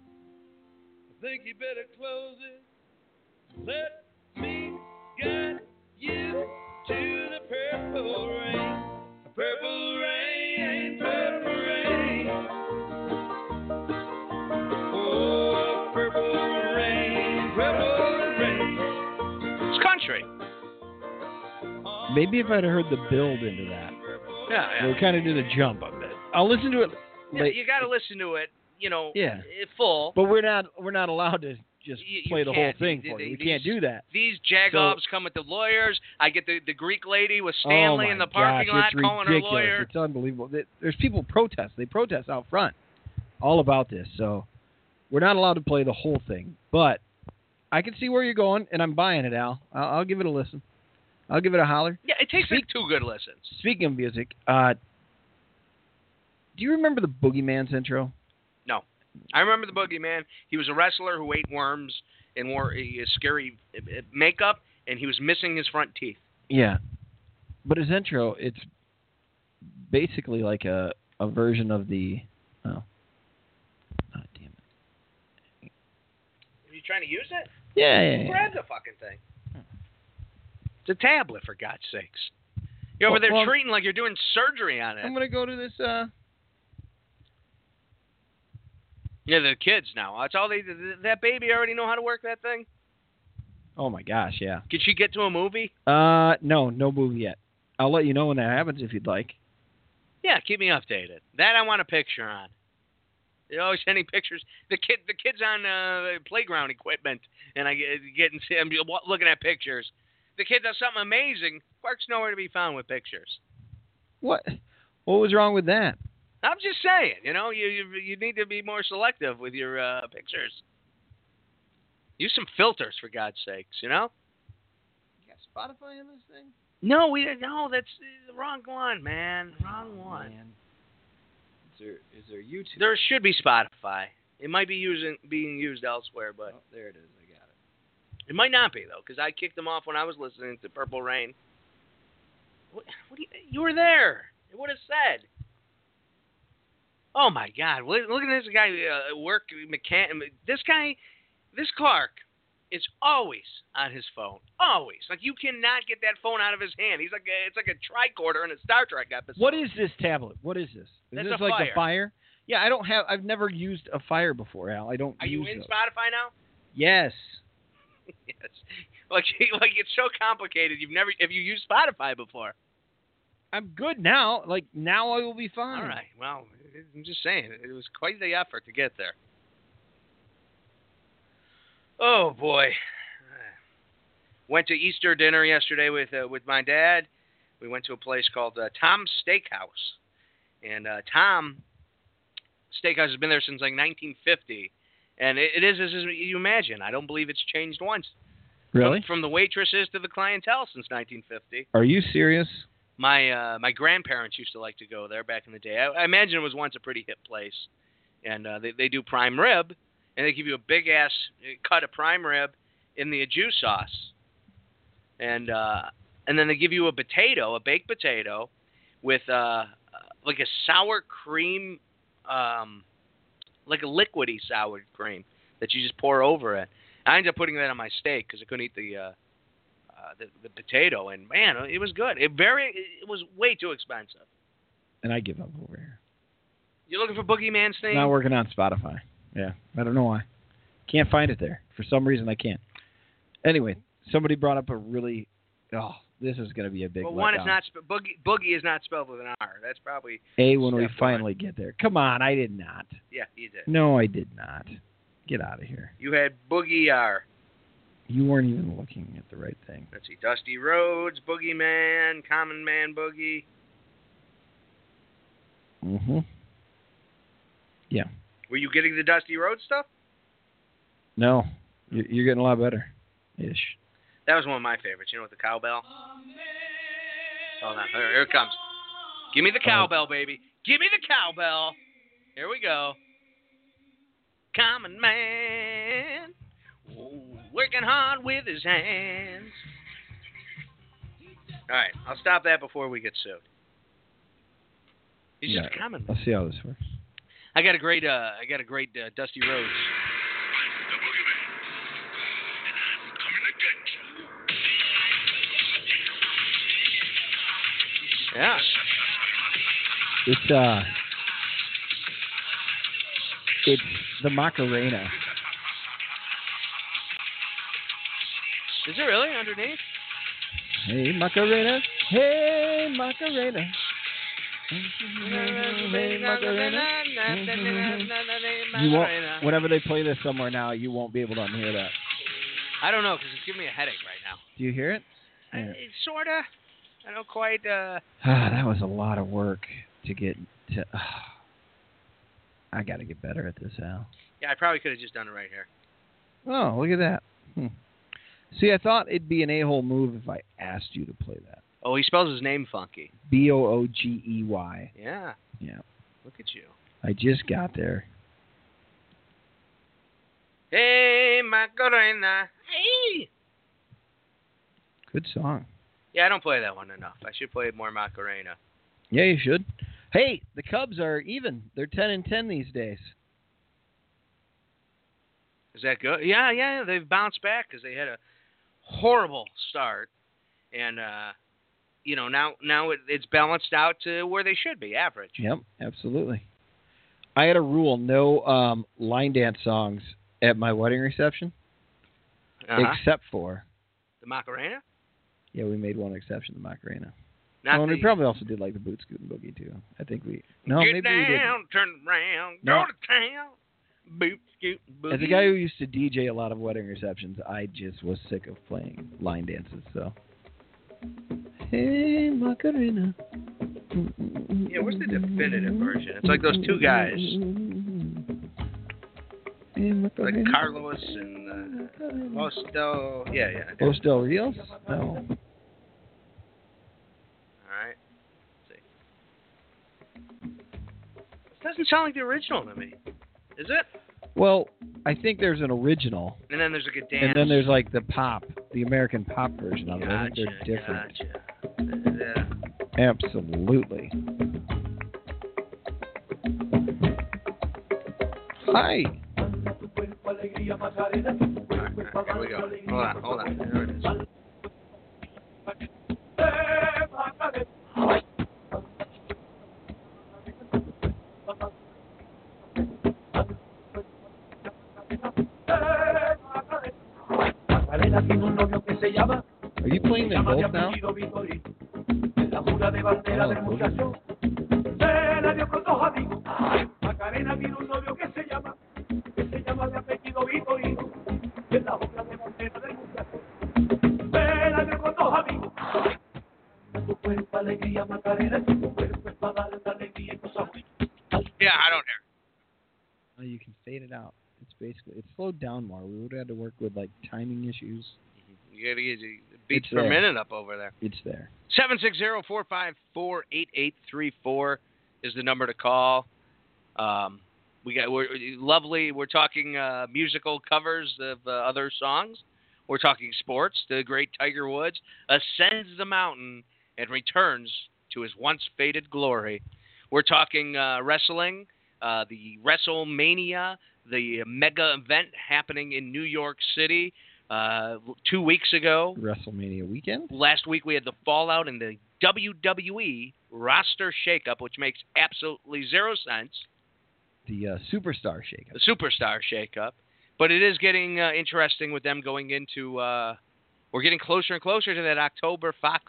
D: I think you better close it. Let me guide you to the purple rain. Purple rain, purple rain. Oh, purple rain, purple rain.
C: It's country.
B: Maybe if I'd heard the build into that,
C: Yeah, yeah.
B: it would kind of do the jump a bit. I'll listen to it.
C: Yeah,
B: late-
C: you got to listen to it. You know.
B: Yeah.
C: i- Full.
B: but we're not we're not allowed to just
C: You- you
B: play the whole
C: can't.
B: thing
C: They-
B: for
C: they-
B: you. We
C: they
B: can't
C: just-
B: do that.
C: These jagobs come with the lawyers. I get the, the Greek lady with Stanley
B: oh
C: in the
B: my
C: parking lot
B: gosh, it's
C: calling her
B: ridiculous.
C: lawyer.
B: It's unbelievable. There- There's people protest. They protest out front, all about this. So we're not allowed to play the whole thing. But I can see where you're going, and I'm buying it, Al. I'll, I'll give it a listen. I'll give it a holler.
C: Yeah, it takes like two good listens.
B: Speaking of music, uh, do you remember the Boogeyman's intro?
C: I remember the Boogeyman. He was a wrestler who ate worms and wore a, a scary uh, uh, makeup, and he was missing his front teeth.
B: Yeah. But his intro, it's basically like a, a version of the. Oh. Oh, damn it.
C: Are you trying to use it?
B: Yeah, yeah, yeah.
C: Grab the fucking thing. It's a tablet, for God's sakes. You're over
B: Well,
C: there
B: well-
C: treating like you're doing surgery on it.
B: I'm going to go to this. Uh,
C: Yeah, the kids now. That's all they. th- th- That baby already know how to work that thing.
B: oh, my gosh, yeah.
C: Could she get to a movie?
B: Uh, no, no movie yet. I'll let you know when that happens if you'd like.
C: Yeah, keep me updated. That I want a picture on. They always sending pictures. The kid, the kids on uh, playground equipment, and I get getting. I'm wa- looking at pictures. The kid does something amazing. Clark's nowhere to be found with pictures.
B: What? What was wrong with that?
C: I'm just saying, you know, you you, you need to be more selective with your uh, pictures. Use some filters for God's sakes, you know.
B: You got Spotify in this thing?
C: No, we no, that's the wrong one, man. Wrong one.
B: Is there, is there YouTube?
C: There should be Spotify. It might be using being used elsewhere, but
B: Oh, there it is. I got it.
C: it might not be though, because I kicked them off when I was listening to Purple Rain. What? what do you, you were there. It would have said. Oh my God! Look, look at this guy uh, work mechan. This guy, this Clark, is always on his phone. Always. Like you cannot get that phone out of his hand. He's like a, it's like a tricorder in a Star Trek episode.
B: What is this tablet? What is this? Is
C: That's
B: this
C: a
B: like
C: fire.
B: the fire? Yeah, I don't have. I've never used a fire before, Al. I don't.
C: Are you
B: use
C: in
B: those.
C: Spotify now?
B: Yes.
C: Yes. Like like it's so complicated. You've never have you used Spotify before?
B: I'm good now. Like now, I will be fine.
C: All right. Well, I'm just saying it was quite the effort to get there. Oh boy. Went to Easter dinner yesterday with uh, with my dad. We went to a place called uh, Tom's Steakhouse, and uh, Tom steakhouse has been there since like 1950, and it, it is as as you imagine. I don't believe it's changed once.
B: Really?
C: From the waitresses to the clientele since 1950.
B: Are you serious?
C: My uh, my grandparents used to like to go there back in the day. I, I imagine it was once a pretty hip place, and uh, they they do prime rib, and they give you a big ass uh, cut of prime rib in the ajou sauce, and uh, and then they give you a potato, a baked potato, with uh, like a sour cream, um, like a liquidy sour cream that you just pour over it. I ended up putting that on my steak because I couldn't eat the, uh, uh, the the potato, and man, it was good. It very it was way too expensive.
B: And I give up over here.
C: You're looking for Boogeyman's thing?
B: Not working on Spotify. Yeah, I don't know why. Can't find it there for some reason. I can't. Anyway, somebody brought up a really. Oh, this is going to be a big. uh,
C: well, one is
B: letdown.
C: not sp- boogie. Boogie is not spelled with an R. That's probably
B: A when we
C: Step one.
B: finally get there. Come on, I did not.
C: yeah. You did.
B: No, I did not. Get out of here.
C: You had Boogie R.
B: You weren't even looking at the right thing.
C: Let's see, Dusty Rhodes, Boogeyman, Common Man Boogie.
B: Mm-hmm.
C: Were you getting the Dusty Rhodes stuff?
B: No, you- you're getting a lot better, ish.
C: That was one of my favorites. You know, with the cowbell. Hold on, here, here it comes. Give me the cowbell, baby. Give me the cowbell. Here we go. Common man, oh, working hard with his hands. All right, I'll stop that before we get sued. He's just
B: Yeah.
C: a common man.
B: Let's see how this works.
C: I got a great, uh, I got a great uh, Dusty Rhodes. Yeah.
B: It's uh, it's the Macarena.
C: Is it really underneath?
B: Hey Macarena, hey Macarena. Hey Macarena. You won't. Whenever they play this somewhere now, you won't be able to unhear that.
C: I don't know because it's giving me a headache right now.
B: Do you hear it?
C: I, Uh, it's sorta. I don't quite. Uh,
B: Ah, that was a lot of work to get to. ah. I got to get better at this, Al.
C: yeah, I probably could have just done it right here.
B: Oh, look at that. Hmm. See, I thought it'd be an a-hole move if I asked you to play that.
C: Oh, he spells his name funky.
B: B o o g e y.
C: Yeah.
B: Yeah.
C: Look at you.
B: I just got there.
C: Hey, Macarena. Hey.
B: Good song.
C: Yeah, I don't play that one enough. I should play more Macarena.
B: Yeah, you should. Hey, the Cubs are even. They're ten and ten these days.
C: Is that good? Yeah, yeah. They've bounced back because they had a horrible start, and uh, you know now now it, it's balanced out to where they should be, average.
B: Yep, absolutely. I had a rule: no um, line dance songs at my wedding reception,
C: Uh-huh.
B: except for
C: the Macarena.
B: yeah, we made one exception: the Macarena.
C: Not
B: oh, and
C: the,
B: we probably also did like the boot scoot and boogie too. I think we no,
C: get
B: maybe
C: down,
B: we did.
C: turn around, go
B: No.
C: to town, boot, scoot, boogie.
B: As a guy who used to DJ a lot of wedding receptions, I just was sick of playing line dances. So, hey Macarena.
C: yeah, where's the definitive version? It's like those two guys,
B: Hey
C: like
B: Macarena.
C: Carlos and uh, Osto. Yeah, yeah.
B: Los Del Rios? No.
C: All right. Let's see. This doesn't sound like the original to me. Is it?
B: Well, I think there's an original,
C: And then there's like a dance.
B: and then there's like the pop, the American pop version of it. I think
C: Gotcha,
B: they're different.
C: gotcha. Yeah.
B: Absolutely. Hi.
C: All right, here we go. Hold on, hold on. There it is.
E: Macarena tiene un novio que se llama,
B: Are you playing
E: se
B: them
E: llama de
B: both now?
E: apellido Vitorino. Es la mula de bandera
B: Oh,
E: del
B: okay.
E: muchacho. Se la dio con dos amigos. Macarena tiene un novio que se llama, que se llama de apellido Vitorino. Es la mula de bandera del muchacho. Se la dio con dos amigos. Tu cuerpo alegría, Macarena, tu cuerpo es para dar alegría y cosas buenas.
C: Yeah, I don't hear.
B: It slowed down more. We would have had to work with like timing issues.
C: You gotta get your beats
B: It's
C: per
B: there.
C: minute up over there.
B: It's there.
C: 760-454-8834 is the number to call. Um, we got we're lovely. We're talking uh, musical covers of uh, other songs. We're talking sports. The great Tiger Woods ascends the mountain and returns to his once faded glory. We're talking uh, wrestling. Uh, the WrestleMania, the mega event happening in New York City uh, two weeks ago
B: WrestleMania weekend.
C: last week we had the fallout in the WWE roster shakeup, which makes absolutely zero sense.
B: The uh, superstar shakeup.
C: The superstar shakeup, but it is getting uh, interesting with them going into. Uh, we're getting closer and closer to that October Fox.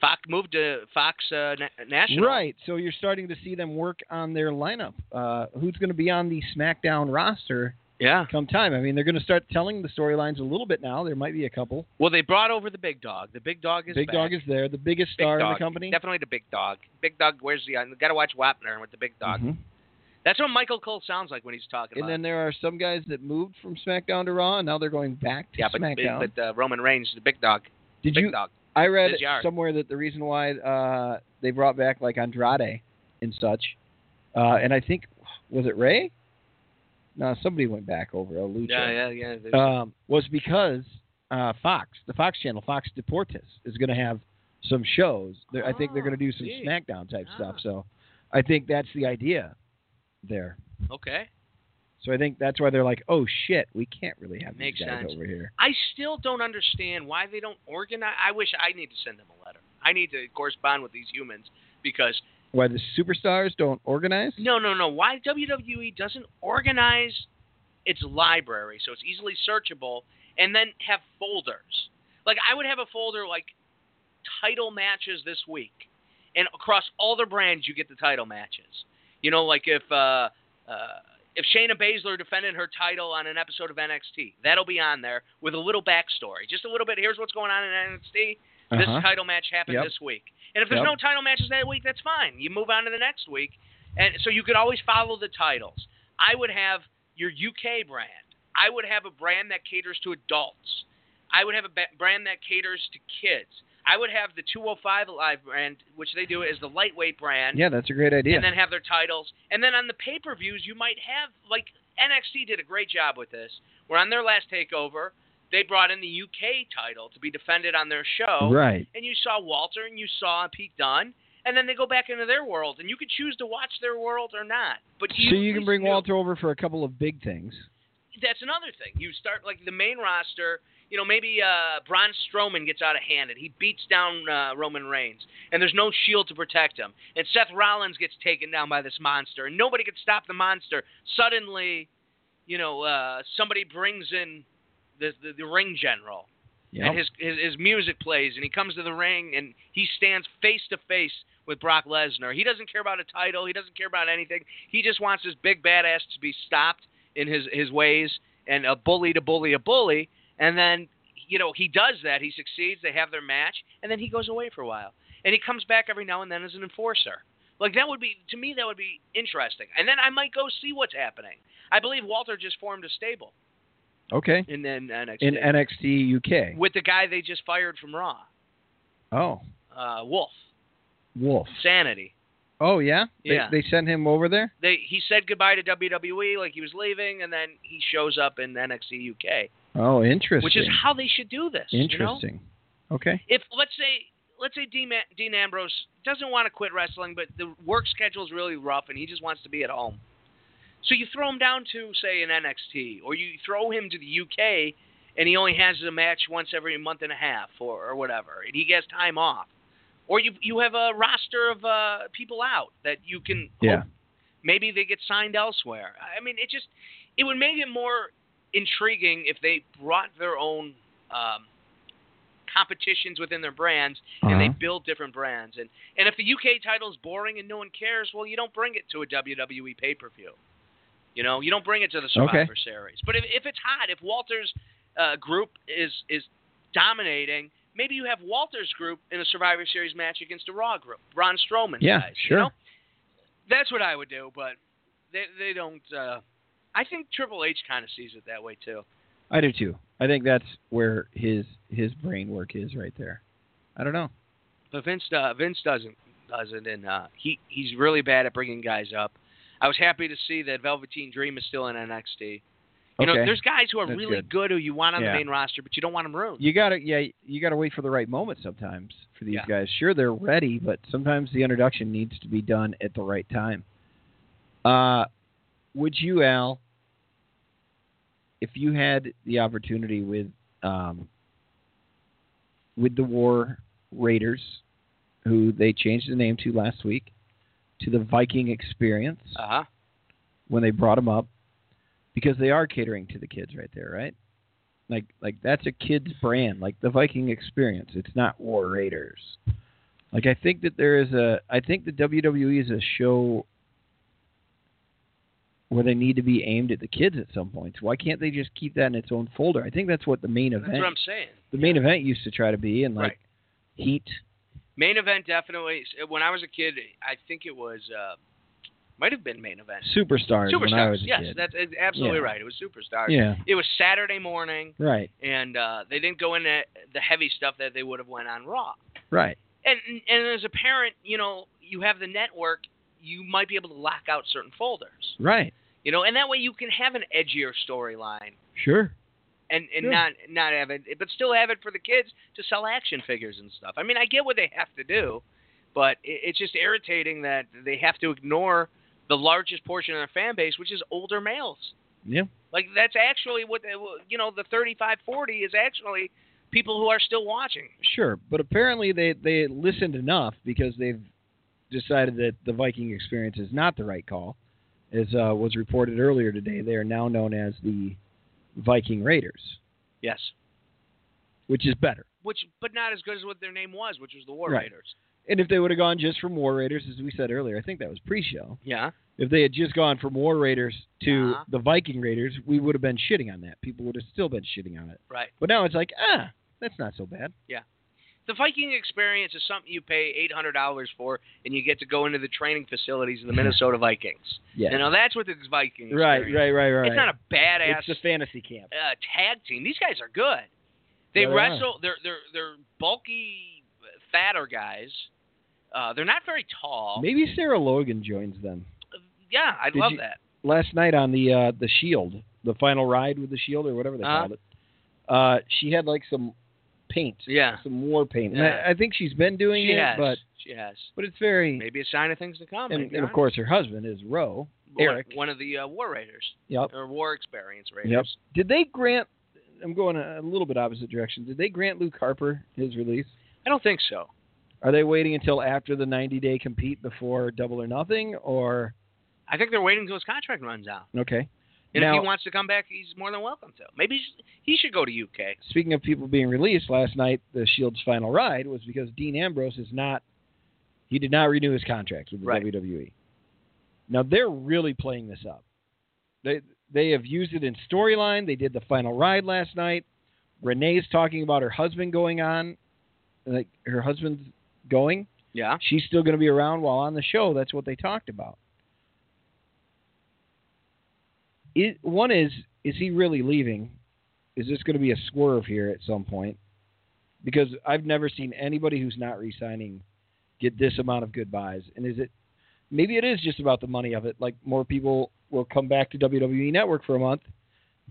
C: Fox moved to Fox uh, na- National.
B: Right. So you're starting to see them work on their lineup. Uh, who's going to be on the SmackDown roster
C: Yeah.
B: come time? I mean, they're going to start telling the storylines a little bit now. There might be a couple.
C: Well, they brought over the big dog. The big dog is
B: Big
C: back.
B: Dog is there, the biggest
C: Big
B: star in
C: Dog.
B: the company.
C: Definitely the big dog. Big dog. Where's the? Got to watch Wapner with the big dog.
B: Mhm.
C: That's what Michael Cole sounds like when he's talking
B: And
C: about.
B: then there are some guys that moved from SmackDown to Raw, and now they're going back to
C: yeah, but,
B: SmackDown.
C: but uh, Roman Reigns, the big dog.
B: Did
C: big
B: you?
C: dog.
B: I read
C: Did you?
B: somewhere that the reason why uh, they brought back like Andrade and such, uh, and I think was it Ray? No, somebody went back over a Lucha.
C: Yeah, yeah, yeah. There's-
B: um, was because uh, Fox, the Fox channel, Fox Deportes, is going to have some shows. They're, I think they're
C: Ah,
B: going to do some
C: gee.
B: SmackDown type stuff.
C: Ah.
B: So I think that's the idea there.
C: okay.
B: So I think that's why they're like, oh shit, we can't really have
C: Makes
B: these guys
C: sense.
B: over here.
C: I still don't understand why they don't organize. I wish I need to send them a letter. I need to correspond with these humans because
B: Why the superstars don't organize?
C: no, no, no. Why WWE doesn't organize its library so it's easily searchable and then have folders? Like I would have a folder like title matches this week, and across all the brands you get the title matches. You know, like if uh, uh, if Shayna Baszler defended her title on an episode of NXT, that'll be on there with a little backstory, just a little bit. Here's what's going on in NXT. This
B: Uh-huh.
C: title match happened
B: Yep.
C: this week, and if there's
B: Yep.
C: no title matches that week, that's fine. You move on to the next week, and so you could always follow the titles. I would have your UK brand. I would have a brand that caters to adults. I would have a ba- brand that caters to kids. I would have the 205 Live brand, which they do is the lightweight brand,
B: Yeah, that's a great idea.
C: and then have their titles. And then on the pay per views, you might have, like, NXT did a great job with this, where on their last takeover, they brought in the UK title to be defended on their show
B: right.
C: and you saw Walter and you saw Pete Dunne, and then they go back into their world, and you could choose to watch their world or not. But you
B: So
C: at
B: you can
C: least
B: bring
C: knew.
B: Walter over for a couple of big things.
C: That's another thing. You start like the main roster. You know, maybe uh, Braun Strowman gets out of hand and he beats down uh, Roman Reigns, and there's no shield to protect him. And Seth Rollins gets taken down by this monster, and nobody can stop the monster. Suddenly, you know, uh, somebody brings in the, the the ring general,
B: Yep.
C: and his, his his music plays, and he comes to the ring, and he stands face to face with Brock Lesnar. He doesn't care about a title. He doesn't care about anything. He just wants his big badass to be stopped in his his ways, and a bully to bully a bully. And then you know he does that. He succeeds. They have their match, and then he goes away for a while, and he comes back every now and then as an enforcer. Like that would be to me that would be interesting. And then I might go see what's happening. I believe Walter just formed a stable
B: okay.
C: in then NXT
B: In NXT UK.
C: with the guy they just fired from Raw
B: Oh,
C: uh, Wolf,
B: Wolf.
C: Sanity.
B: Oh yeah. They,
C: Yeah.
B: They sent him over there.
C: They he said goodbye to WWE like he was leaving, and then he shows up in NXT UK,
B: Oh, interesting.
C: which is how they should do this. you know?
B: interesting. Okay.
C: If let's say let's say Dean, Ma- Dean Ambrose doesn't want to quit wrestling, but the work schedule is really rough, and he just wants to be at home. So you throw him down to say an NXT, or you throw him to the UK, and he only has a match once every month and a half, or, or whatever, and he gets time off. Or you you have a roster of uh, people out that you can
B: Yeah.
C: Maybe they get signed elsewhere. I mean, it just it would make it more intriguing if they brought their own um, competitions within their brands and they
B: Uh-huh.
C: build different brands. And and if the UK title is boring and no one cares, well, you don't bring it to a WWE pay per view. You know, you don't bring it to the Survivor
B: Okay.
C: Series. But if, if it's hot, if Walter's uh, group is is dominating, maybe you have Walter's group in a Survivor Series match against a Raw group, Braun Strowman
B: Yeah,
C: guys.
B: sure.
C: You know? That's what I would do, but they they don't. Uh, I think Triple H kind of sees it that way too.
B: I do too. I think that's where his his brain work is right there. I don't know.
C: But Vince, uh, Vince doesn't doesn't, and uh, he he's really bad at bringing guys up. I was happy to see that Velveteen Dream is still in NXT. You know,
B: Okay.
C: there's guys who are
B: That's
C: really
B: good.
C: good. who you want on
B: Yeah.
C: the main roster, but you don't want them ruined.
B: You gotta yeah, you gotta wait for the right moment sometimes for these
C: Yeah.
B: guys. Sure they're ready, but sometimes the introduction needs to be done at the right time. Uh would you, Al, if you had the opportunity with um with the War Raiders, who they changed the name to last week, to the Viking Experience
C: Uh huh.
B: when they brought them up, because they are catering to the kids right there, right? Like like that's a kids brand, like the Viking Experience. It's not War Raiders. Like I think that there is a I think the WWE is a show where they need to be aimed at the kids at some points. Why can't they just keep that in its own folder? I think that's what the main
C: That's
B: event
C: what I'm saying.
B: the main event used to try to be and like
C: Right.
B: heat.
C: Main event definitely. When I was a kid, I think it was uh, might have been main event.
B: Superstars, when I
C: Superstars.
B: was a
C: Yes,
B: kid.
C: that's it's absolutely
B: Yeah.
C: right. It was Superstars.
B: yeah.
C: It was Saturday morning,
B: Right.
C: and uh, they didn't go into the heavy stuff that they would have went on Raw.
B: Right.
C: and and as a parent, you know, you have the network, you might be able to lock out certain folders,
B: Right.
C: you know, and that way you can have an edgier storyline
B: Sure.
C: and and
B: Sure.
C: not not have it, but still have it for the kids to sell action figures and stuff. I mean, I get what they have to do, but it, it's just irritating that they have to ignore the largest portion of their fan base, which is older males.
B: Yeah.
C: Like that's actually what they, you know, the 35-40 is actually people who are still watching.
B: Sure, but apparently they they listened enough because they've decided that the Viking experience is not the right call, as uh, was reported earlier today. They are now known as the Viking Raiders,
C: Yes.
B: which is better.
C: Which, but not as good as what their name was, which was the War
B: Right.
C: Raiders.
B: And if they would have gone just from War Raiders, as we said earlier, I think that was pre-show.
C: Yeah.
B: If they had just gone from War Raiders to
C: Uh-huh.
B: the Viking Raiders, we would have been shitting on that. People would have still been shitting on it.
C: Right.
B: But now it's like, ah, that's not so bad.
C: The Viking experience is something you pay eight hundred dollars for, and you get to go into the training facilities of the Minnesota Vikings.
B: Yeah.
C: You know that's what the Viking.
B: right,
C: experience.
B: right, right, right.
C: It's not a badass
B: It's the fantasy camp.
C: uh, tag team. These guys are good. They
B: Yeah, they are.
C: wrestle. They're they're they're bulky, fatter guys. Uh, they're not very tall.
B: Maybe Sarah Logan joins them.
C: Yeah, I
B: Did
C: love
B: you-
C: that.
B: last night on the uh, the Shield, the final ride with the Shield or whatever they
C: Uh-huh.
B: called it. Uh, she had like some paint,
C: Yeah.
B: some war paint. And
C: Yeah.
B: I, I think she's been doing
C: She
B: it,
C: has.
B: but
C: she has.
B: but it's very.
C: Maybe Oh a sign of things to come.
B: and,
C: maybe
B: and of
C: not.
B: course, her husband is Roe.
C: One-
B: Eric.
C: one of the uh, war raiders
B: Yep.
C: or war experience raiders.
B: Yep. Did they grant? I'm going a little bit opposite direction. Did they grant Luke Harper his release?
C: I don't think so.
B: Are they waiting until after the 90 day compete before Double or Nothing? Or
C: I think they're waiting until his contract runs out.
B: okay.
C: And
B: now,
C: if he wants to come back, he's more than welcome to. Maybe he should- he should go to UK.
B: speaking of people being released last night, the Shield's E final ride was because Dean Ambrose is not he did not renew his contract with the
C: Right.
B: WWE. Now they're really playing this up. They they have used it in storyline. They did the final ride last night. Renee's talking about her husband going on, like her husband's going.
C: Yeah.
B: She's still going to be around while on the show. That's what they talked about. Is one is is he really leaving? Is this going to be a swerve here at some point? Because I've never seen anybody who's not re-signing get this amount of goodbyes. And is it maybe it is just about the money of it? Like more people will come back to WWE Network for a month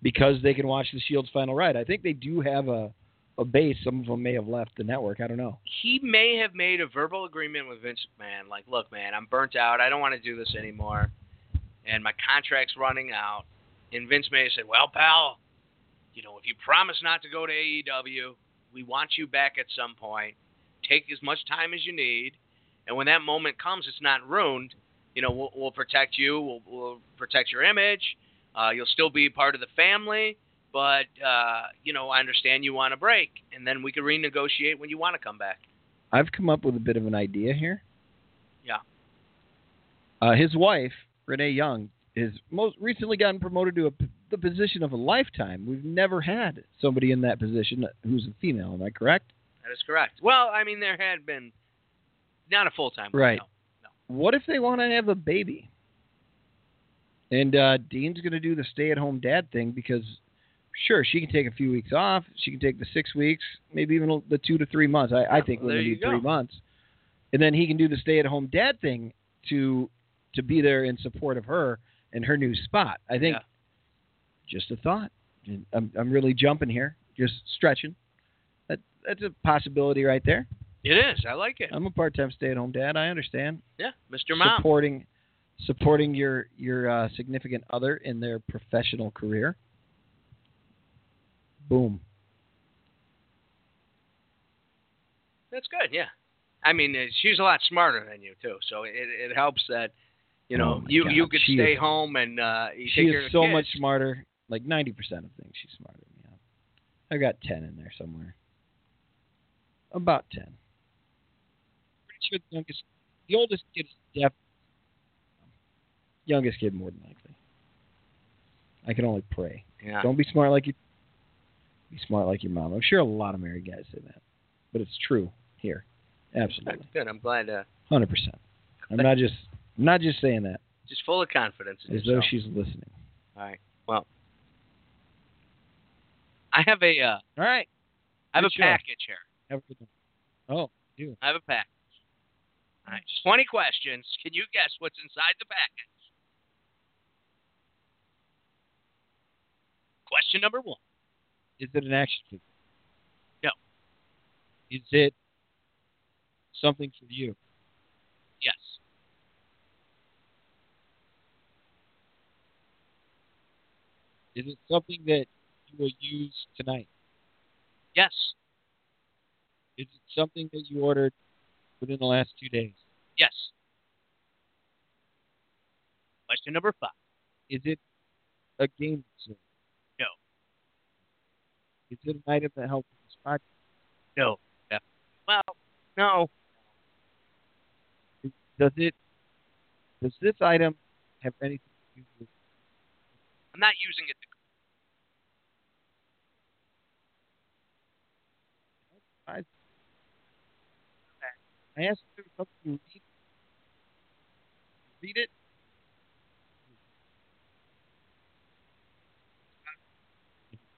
B: because they can watch the Shield's final ride. I think they do have a a base. Some of them may have left the network. I don't know.
C: He may have made a verbal agreement with Vince McMahon, like, look, man, I'm burnt out. I don't want to do this anymore. And my contract's running out. And Vince may have said, well, pal, you know, if you promise not to go to AEW, we want you back at some point. Take as much time as you need. And when that moment comes, it's not ruined. You know, we'll, we'll protect you. We'll, we'll protect your image. Uh, you'll still be part of the family, but uh, you know, I understand you want a break, and then we can renegotiate when you want to come back.
B: I've come up with a bit of an idea here.
C: Yeah.
B: Uh, his wife, Renee Young, is most recently gotten promoted to a p the position of a lifetime. We've never had somebody in that position who's a female. Am I correct?
C: That is correct. Well, I mean, there had been not a full time,
B: Right. What if they want to have a baby? And uh, Dean's going to do the stay at home dad thing because, sure, she can take a few weeks off. She can take the six weeks, maybe even the two to three months. I, I think we're
C: There
B: going to
C: you
B: need
C: go.
B: three months. And then he can do the stay at home dad thing to to be there in support of her and her new spot. I think
C: Yeah.
B: just a thought. And I'm, I'm really jumping here, just stretching. That, that's a possibility right there.
C: It is. I like it.
B: I'm a part time stay at home dad. I understand
C: Yeah, Mr. Mom.
B: supporting supporting your your uh, significant other in their professional career. Boom.
C: That's good. Yeah, I mean uh, she's a lot smarter than you too, so it, it helps that you
B: Oh
C: know
B: my
C: you
B: God,
C: you could
B: she
C: stay
B: is-
C: home and uh, you
B: she
C: take care
B: is
C: of
B: so
C: the kids.
B: much smarter. Like ninety percent of things, she's smarter than me. I got ten in there somewhere. About ten. Pretty sure the youngest, the oldest kid is deaf. Youngest kid, more than likely. I can only pray.
C: Yeah.
B: Don't be smart like you. Be smart like your mom. I'm sure a lot of married guys say that, but it's true here. Absolutely,
C: Good. I'm glad. Uh,
B: hundred percent. I'm not just I'm not just saying that
C: just full of confidence. In
B: as though
C: yourself.
B: she's listening.
C: All right. Well, I have a uh,
B: All right.
C: I have
B: Good
C: a
B: show.
C: package here.
B: Have a good one. Oh,
C: I have a package. All right. Twenty questions. Can you guess what's inside the package? Question number one.
B: is it an action figure?
C: No.
B: Is it something for you?
C: Yes.
B: Is it something that you will use tonight?
C: Yes.
B: Is it something that you ordered within the last two days?
C: Yes. Question number five.
B: Is it a game console?
C: No.
B: Is it an item that helps with this podcast?
C: No. Yeah. Well, no.
B: Does it? Does this item have anything to do with?
C: I'm not using it. To,
B: I asked if there was something you read. Read it.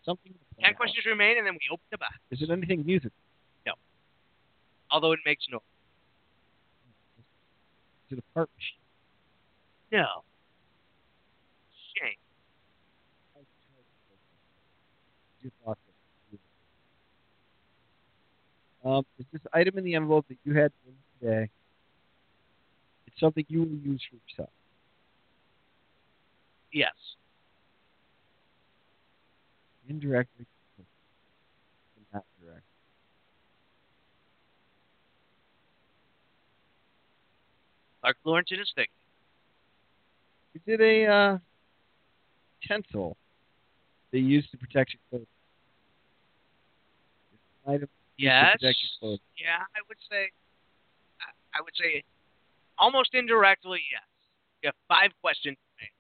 B: Something. to
C: ten
B: plan out.
C: questions remain, and then we open the box.
B: Is it anything music?
C: Although it makes no.
B: Is it a part machine?
C: No. Shame.
B: Good luck. Um, is this item in the envelope that you had with you today? It's something you will use for yourself.
C: Yes.
B: Indirectly. but Not direct.
C: Clark Lawrence and his thing.
B: Is it a uh, utensil they use to protect your clothes? Is it an item
C: Yes.
B: to protect your clothes?
C: Yeah, I would say. I, I would say, almost indirectly, yes. You have five questions. remaining.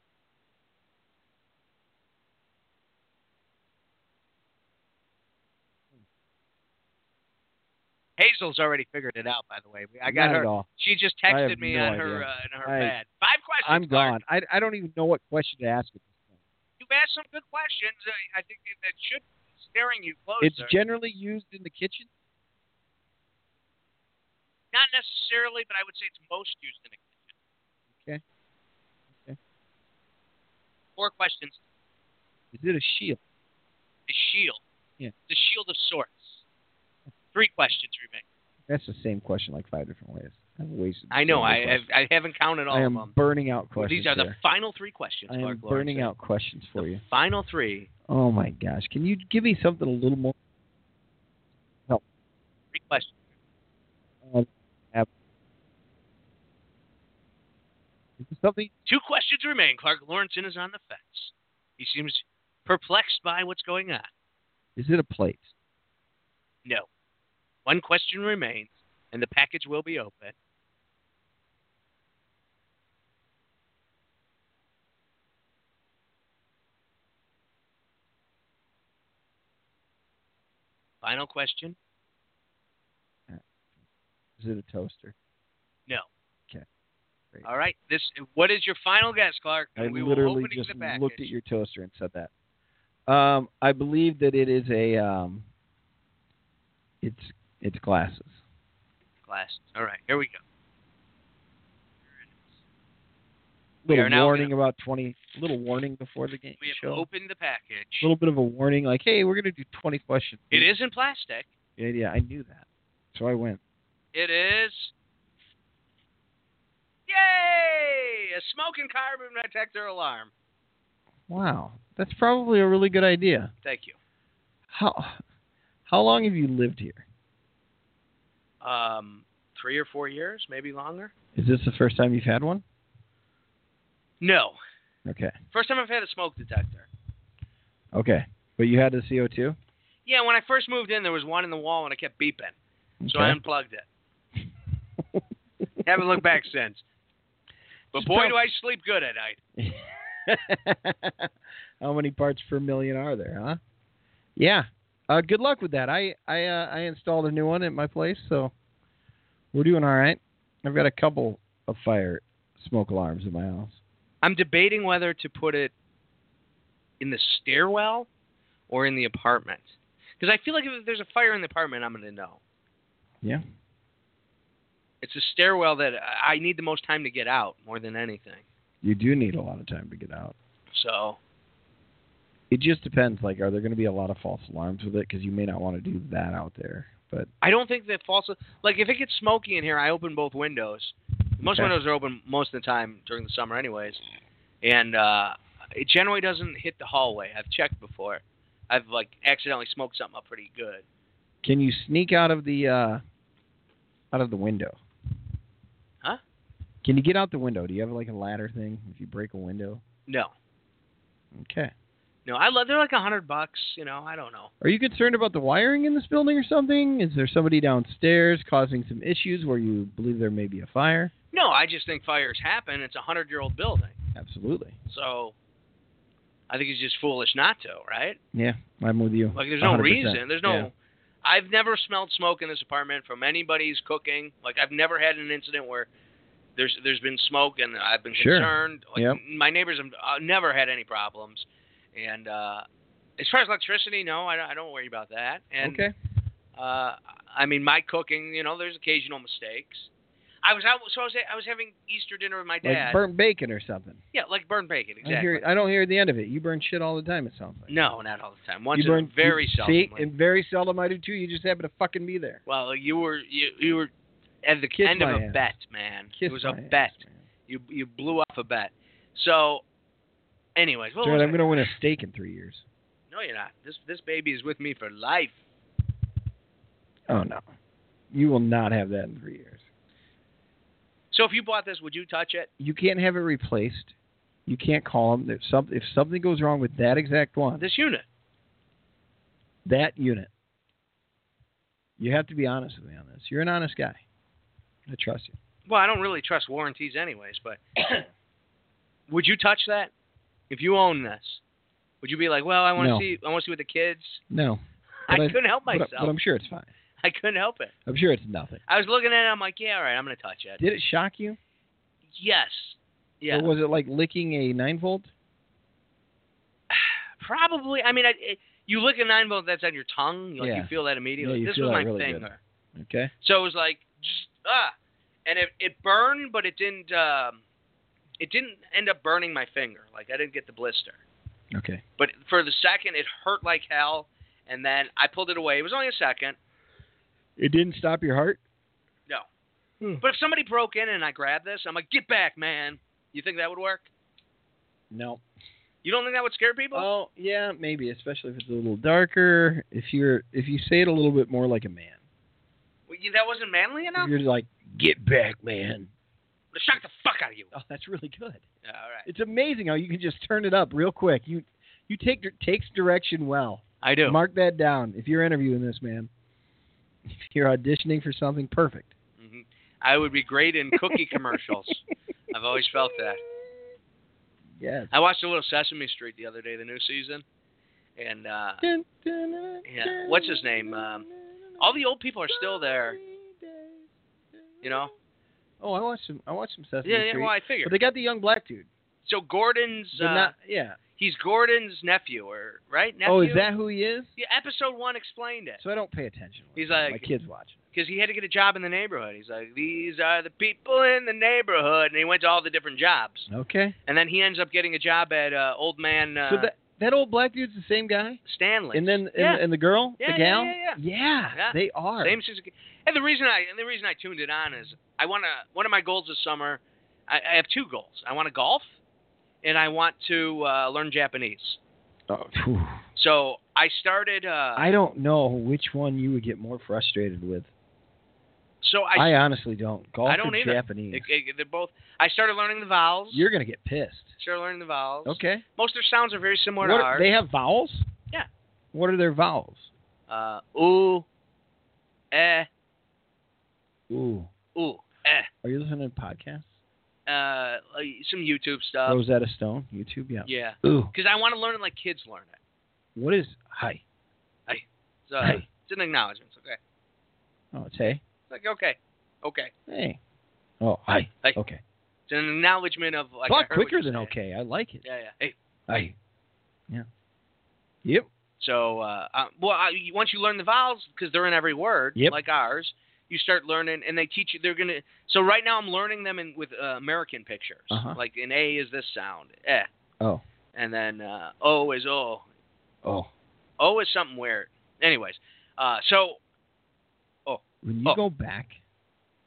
C: Hazel's already figured it out, by the way. I got
B: Not
C: her.
B: At all.
C: She just
B: I have
C: texted me
B: no
C: on her
B: idea.
C: uh, on her
B: I-
C: pad. Five questions.
B: I'm
C: Clark.
B: gone. I, I don't even know what question to ask at this point.
C: You've asked some good questions. I, I think that should be staring you closer.
B: It's generally used in the kitchen.
C: Not necessarily, but I would say it's most used in a kitchen.
B: Okay. Okay.
C: Four questions.
B: Is it a shield?
C: The shield.
B: Yeah.
C: The shield of sorts. Three questions remain.
B: That's the same question like five different ways. I've wasted.
C: I know.
B: so many
C: I
B: questions.
C: I, I haven't counted all
B: I
C: of
B: am
C: them.
B: burning out questions.
C: These are the
B: here.
C: final three questions.
B: I am
C: Clark Lawrence
B: burning
C: said.
B: out questions for you.
C: Final three.
B: Oh my gosh! Can you give me something a little more?
C: Three questions.
B: Uh, ab- is this something?
C: Two questions remain. Clark Lawrence is on the fence. He seems perplexed by what's going on.
B: Is it a plate?
C: No. One question remains, and the package will be open. Final question?
B: Is it a toaster?
C: No.
B: Okay. great.
C: All right. This. What is your final guess, Clark?
B: I
C: And we will
B: literally
C: open
B: just
C: it back.
B: looked at your toaster and said that. Um, I believe that it is a. Um, it's it's glasses.
C: class. All right. Here we go. We
B: Little
C: are now
B: warning about twenty. Little warning before the game
C: We have
B: show.
C: opened the package.
B: a little bit of a warning, like, hey, we're gonna do twenty questions.
C: It is in plastic.
B: Yeah, yeah, I knew that, so I went.
C: It is. Yay! A smoking carbon detector alarm.
B: Wow, that's probably a really good idea.
C: Thank you.
B: How how long have you lived here?
C: Um, three or four years, maybe longer.
B: Is this the first time you've had one?
C: No,
B: Okay,
C: first time I've had a smoke detector.
B: okay, but you had the CO two.
C: Yeah, when I first moved in, there was one in the wall, and it kept beeping, so I unplugged it. Haven't looked back since. But
B: Just
C: boy,
B: tell-
C: do I sleep good at night.
B: How many parts per million are there, huh? Yeah. Uh, good luck with that. I I uh, I installed a new one at my place, so we're doing all right. I've got a couple of fire smoke alarms in my house.
C: I'm debating whether to put it in the stairwell or in the apartment. Because I feel like if there's a fire in the apartment, I'm going to know.
B: Yeah.
C: It's a stairwell that I I need the most time to get out more than anything.
B: You do need a lot of time to get out.
C: So,
B: It just depends. Like, are there going to be a lot of false alarms with it? Because you may not want to do that out there. But
C: I don't think that false. Like, if it gets smoky in here, I open both windows. Most
B: Okay.
C: windows are open most of the time during the summer, anyways. And uh, it generally doesn't hit the hallway. I've checked before. I've like accidentally smoked something up pretty good.
B: can you sneak out of the uh, out of the window?
C: Huh?
B: Can you get out the window? Do you have like a ladder thing? If you break a window,
C: No,
B: okay.
C: no. I love. They're like a hundred bucks. You know, I don't know.
B: Are you concerned about the wiring in this building or something? Is there somebody downstairs causing some issues where you believe there may be a fire?
C: No, I just think fires happen. It's a hundred year old building.
B: Absolutely.
C: So, I think it's just foolish not to, right?
B: Yeah, I'm with you.
C: Like there's no
B: 100%.
C: reason. There's no.
B: Yeah.
C: I've never smelled smoke in this apartment from anybody's cooking. Like I've never had an incident where there's there's been smoke and I've been
B: Sure.
C: concerned. Like,
B: Yep.
C: My neighbors have uh, never had any problems, and uh, as far as electricity, no, I, don't- I don't worry about that. And
B: okay.
C: uh, I mean, my cooking, you know, there's occasional mistakes. I was out, so I was I was having Easter dinner with my
B: Like
C: dad.
B: burnt bacon or something.
C: yeah, like burnt bacon, exactly.
B: I hear. I don't hear the end of it. You burn shit all the time. It sounds like.
C: no, not all the time. Once
B: you
C: in a
B: burn
C: very
B: you-
C: seldom.
B: See, and very seldom I do too. You just happen to fucking be there.
C: Well, you were you, you were at the
B: Kiss
C: end of
B: my
C: a
B: ass.
C: bet, man.
B: Kiss
C: it was a
B: my ass,
C: bet.
B: man.
C: You you blew off a bet. So, anyways, what
B: Jared,
C: was
B: I'm
C: I-
B: gonna win a steak in three years.
C: No, you're not. This this baby is with me for life.
B: Oh no, you will not have that in three years.
C: So if you bought this, would you touch it?
B: You can't have it replaced. You can't call them. There's some, if something goes wrong with that exact one,
C: This unit.
B: that unit. You have to be honest with me on this. You're an honest guy. I trust you.
C: Well, I don't really trust warranties, anyways. But would you touch that if you own this? Would you be like, well, I want to
B: No.
C: see, I want to see with the kids.
B: No,
C: I,
B: But I-
C: couldn't help
B: but,
C: myself.
B: but I'm sure it's fine.
C: I couldn't help it.
B: I'm sure it's nothing.
C: I was looking at it. I'm like, yeah, all right, I'm gonna touch it.
B: Did it shock you?
C: Yes. Yeah.
B: Or was it like licking a nine volt?
C: Probably. I mean, I, it, you lick a nine volt that's on your tongue. Like you
B: Yeah.
C: feel that immediately.
B: Yeah, you
C: this
B: feel
C: was my
B: that really good.
C: finger,
B: Okay.
C: so it was like just, ah, and it it burned, but it didn't. Um, it didn't end up burning my finger. Like I didn't get the blister.
B: Okay.
C: But for the second, it hurt like hell, and then I pulled it away. It was only a second.
B: It didn't stop your heart. Hmm.
C: But if somebody broke in and I grabbed this, I'm like, get back, man. You think that would work?
B: No.
C: You don't think that would scare people?
B: Oh yeah, maybe especially if it's a little darker. If you're if you say it a little bit more like a man,
C: Well, you- that wasn't manly enough.
B: If you're like get back, man.
C: Shock the fuck out of you.
B: Oh, that's really good.
C: Yeah, all right.
B: It's amazing how you can just turn it up real quick. You you take takes direction well.
C: I do.
B: Mark that down if you're interviewing this man. If you're auditioning for something, perfect.
C: hmm I would be great in cookie commercials. I've always felt that.
B: Yes.
C: I watched a little Sesame Street the other day, the new season, and uh, yeah, what's his name? Um, all the old people are still there. You know,
B: Oh, I watched some. I watched some Sesame
C: Yeah, yeah,
B: Street.
C: well, I figured.
B: But they got the young black dude.
C: So Gordon's uh,
B: They're not- yeah.
C: he's Gordon's nephew, or right? Nephew?
B: Oh, is that who he is?
C: Yeah, episode one explained it
B: So I don't pay attention.
C: He's
B: my
C: like-
B: kids watching.
C: because he had to get a job in the neighborhood. He's like, these are the people in the neighborhood, and he went to all the different jobs,
B: it. Okay.
C: and then he ends up getting a job at uh, old man uh,
B: so that that old black dude's the same guy.
C: Stanley.
B: And then and,
C: Yeah.
B: and the girl,
C: Yeah, yeah,
B: the gal.
C: yeah, Yeah.
B: They are.
C: Same season. And the reason I and the reason I tuned it on is I want to. One of my goals this summer, I, I have two goals. I want to golf, and I want to uh, learn Japanese.
B: Oh, phew.
C: So I started. Uh,
B: I don't know which one you would get more frustrated with.
C: so I.
B: I, honestly don't. Golf
C: I don't
B: or
C: either.
B: Japanese.
C: it- it- they're both. I started learning the vowels.
B: You're gonna get pissed.
C: started learning the vowels.
B: Okay.
C: Most of their sounds are very similar
B: What-
C: to ours.
B: they have vowels.
C: Yeah.
B: What are their vowels?
C: uh, ooh, eh,
B: Ooh.
C: ooh, eh.
B: Are you listening to podcasts?
C: Uh, like some YouTube stuff.
B: Rosetta Stone, YouTube. Yeah.
C: Uh, Yeah.
B: Ooh.
C: Because I want to learn it like kids learn it.
B: What is hi?
C: So
B: Hey.
C: it's an acknowledgement. It's okay.
B: Oh, it's hey.
C: It's like okay, okay.
B: Hey. Oh, hi.
C: Hey.
B: Okay.
C: It's an acknowledgement of like.
B: A
C: I
B: lot
C: heard what
B: quicker
C: you
B: than
C: said.
B: okay. I like it.
C: Yeah, yeah. Hey,
B: Hi. Yeah. Yep.
C: so uh, uh, well, I, you- once you learn the vowels because they're in every word,
B: Yep.
C: like ours, you start learning, and they teach you. They're gonna. So right now I'm learning them in with uh, American pictures.
B: Uh-huh.
C: Like an A is this sound, eh,
B: Oh.
C: and then uh, O is O,
B: Oh.
C: O is something weird. Anyways, uh, so
B: When you
C: Oh.
B: go back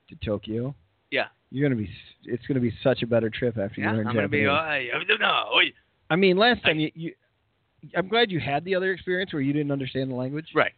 B: to Tokyo.
C: Yeah.
B: You're gonna be. s- It's gonna be such a better trip after
C: yeah,
B: you learn
C: I'm gonna be.
B: Japanese.
C: Oh, hey, I don't know. Oh,
B: I mean, last time you, you. I'm glad you had the other experience where you didn't understand the language.
C: Right.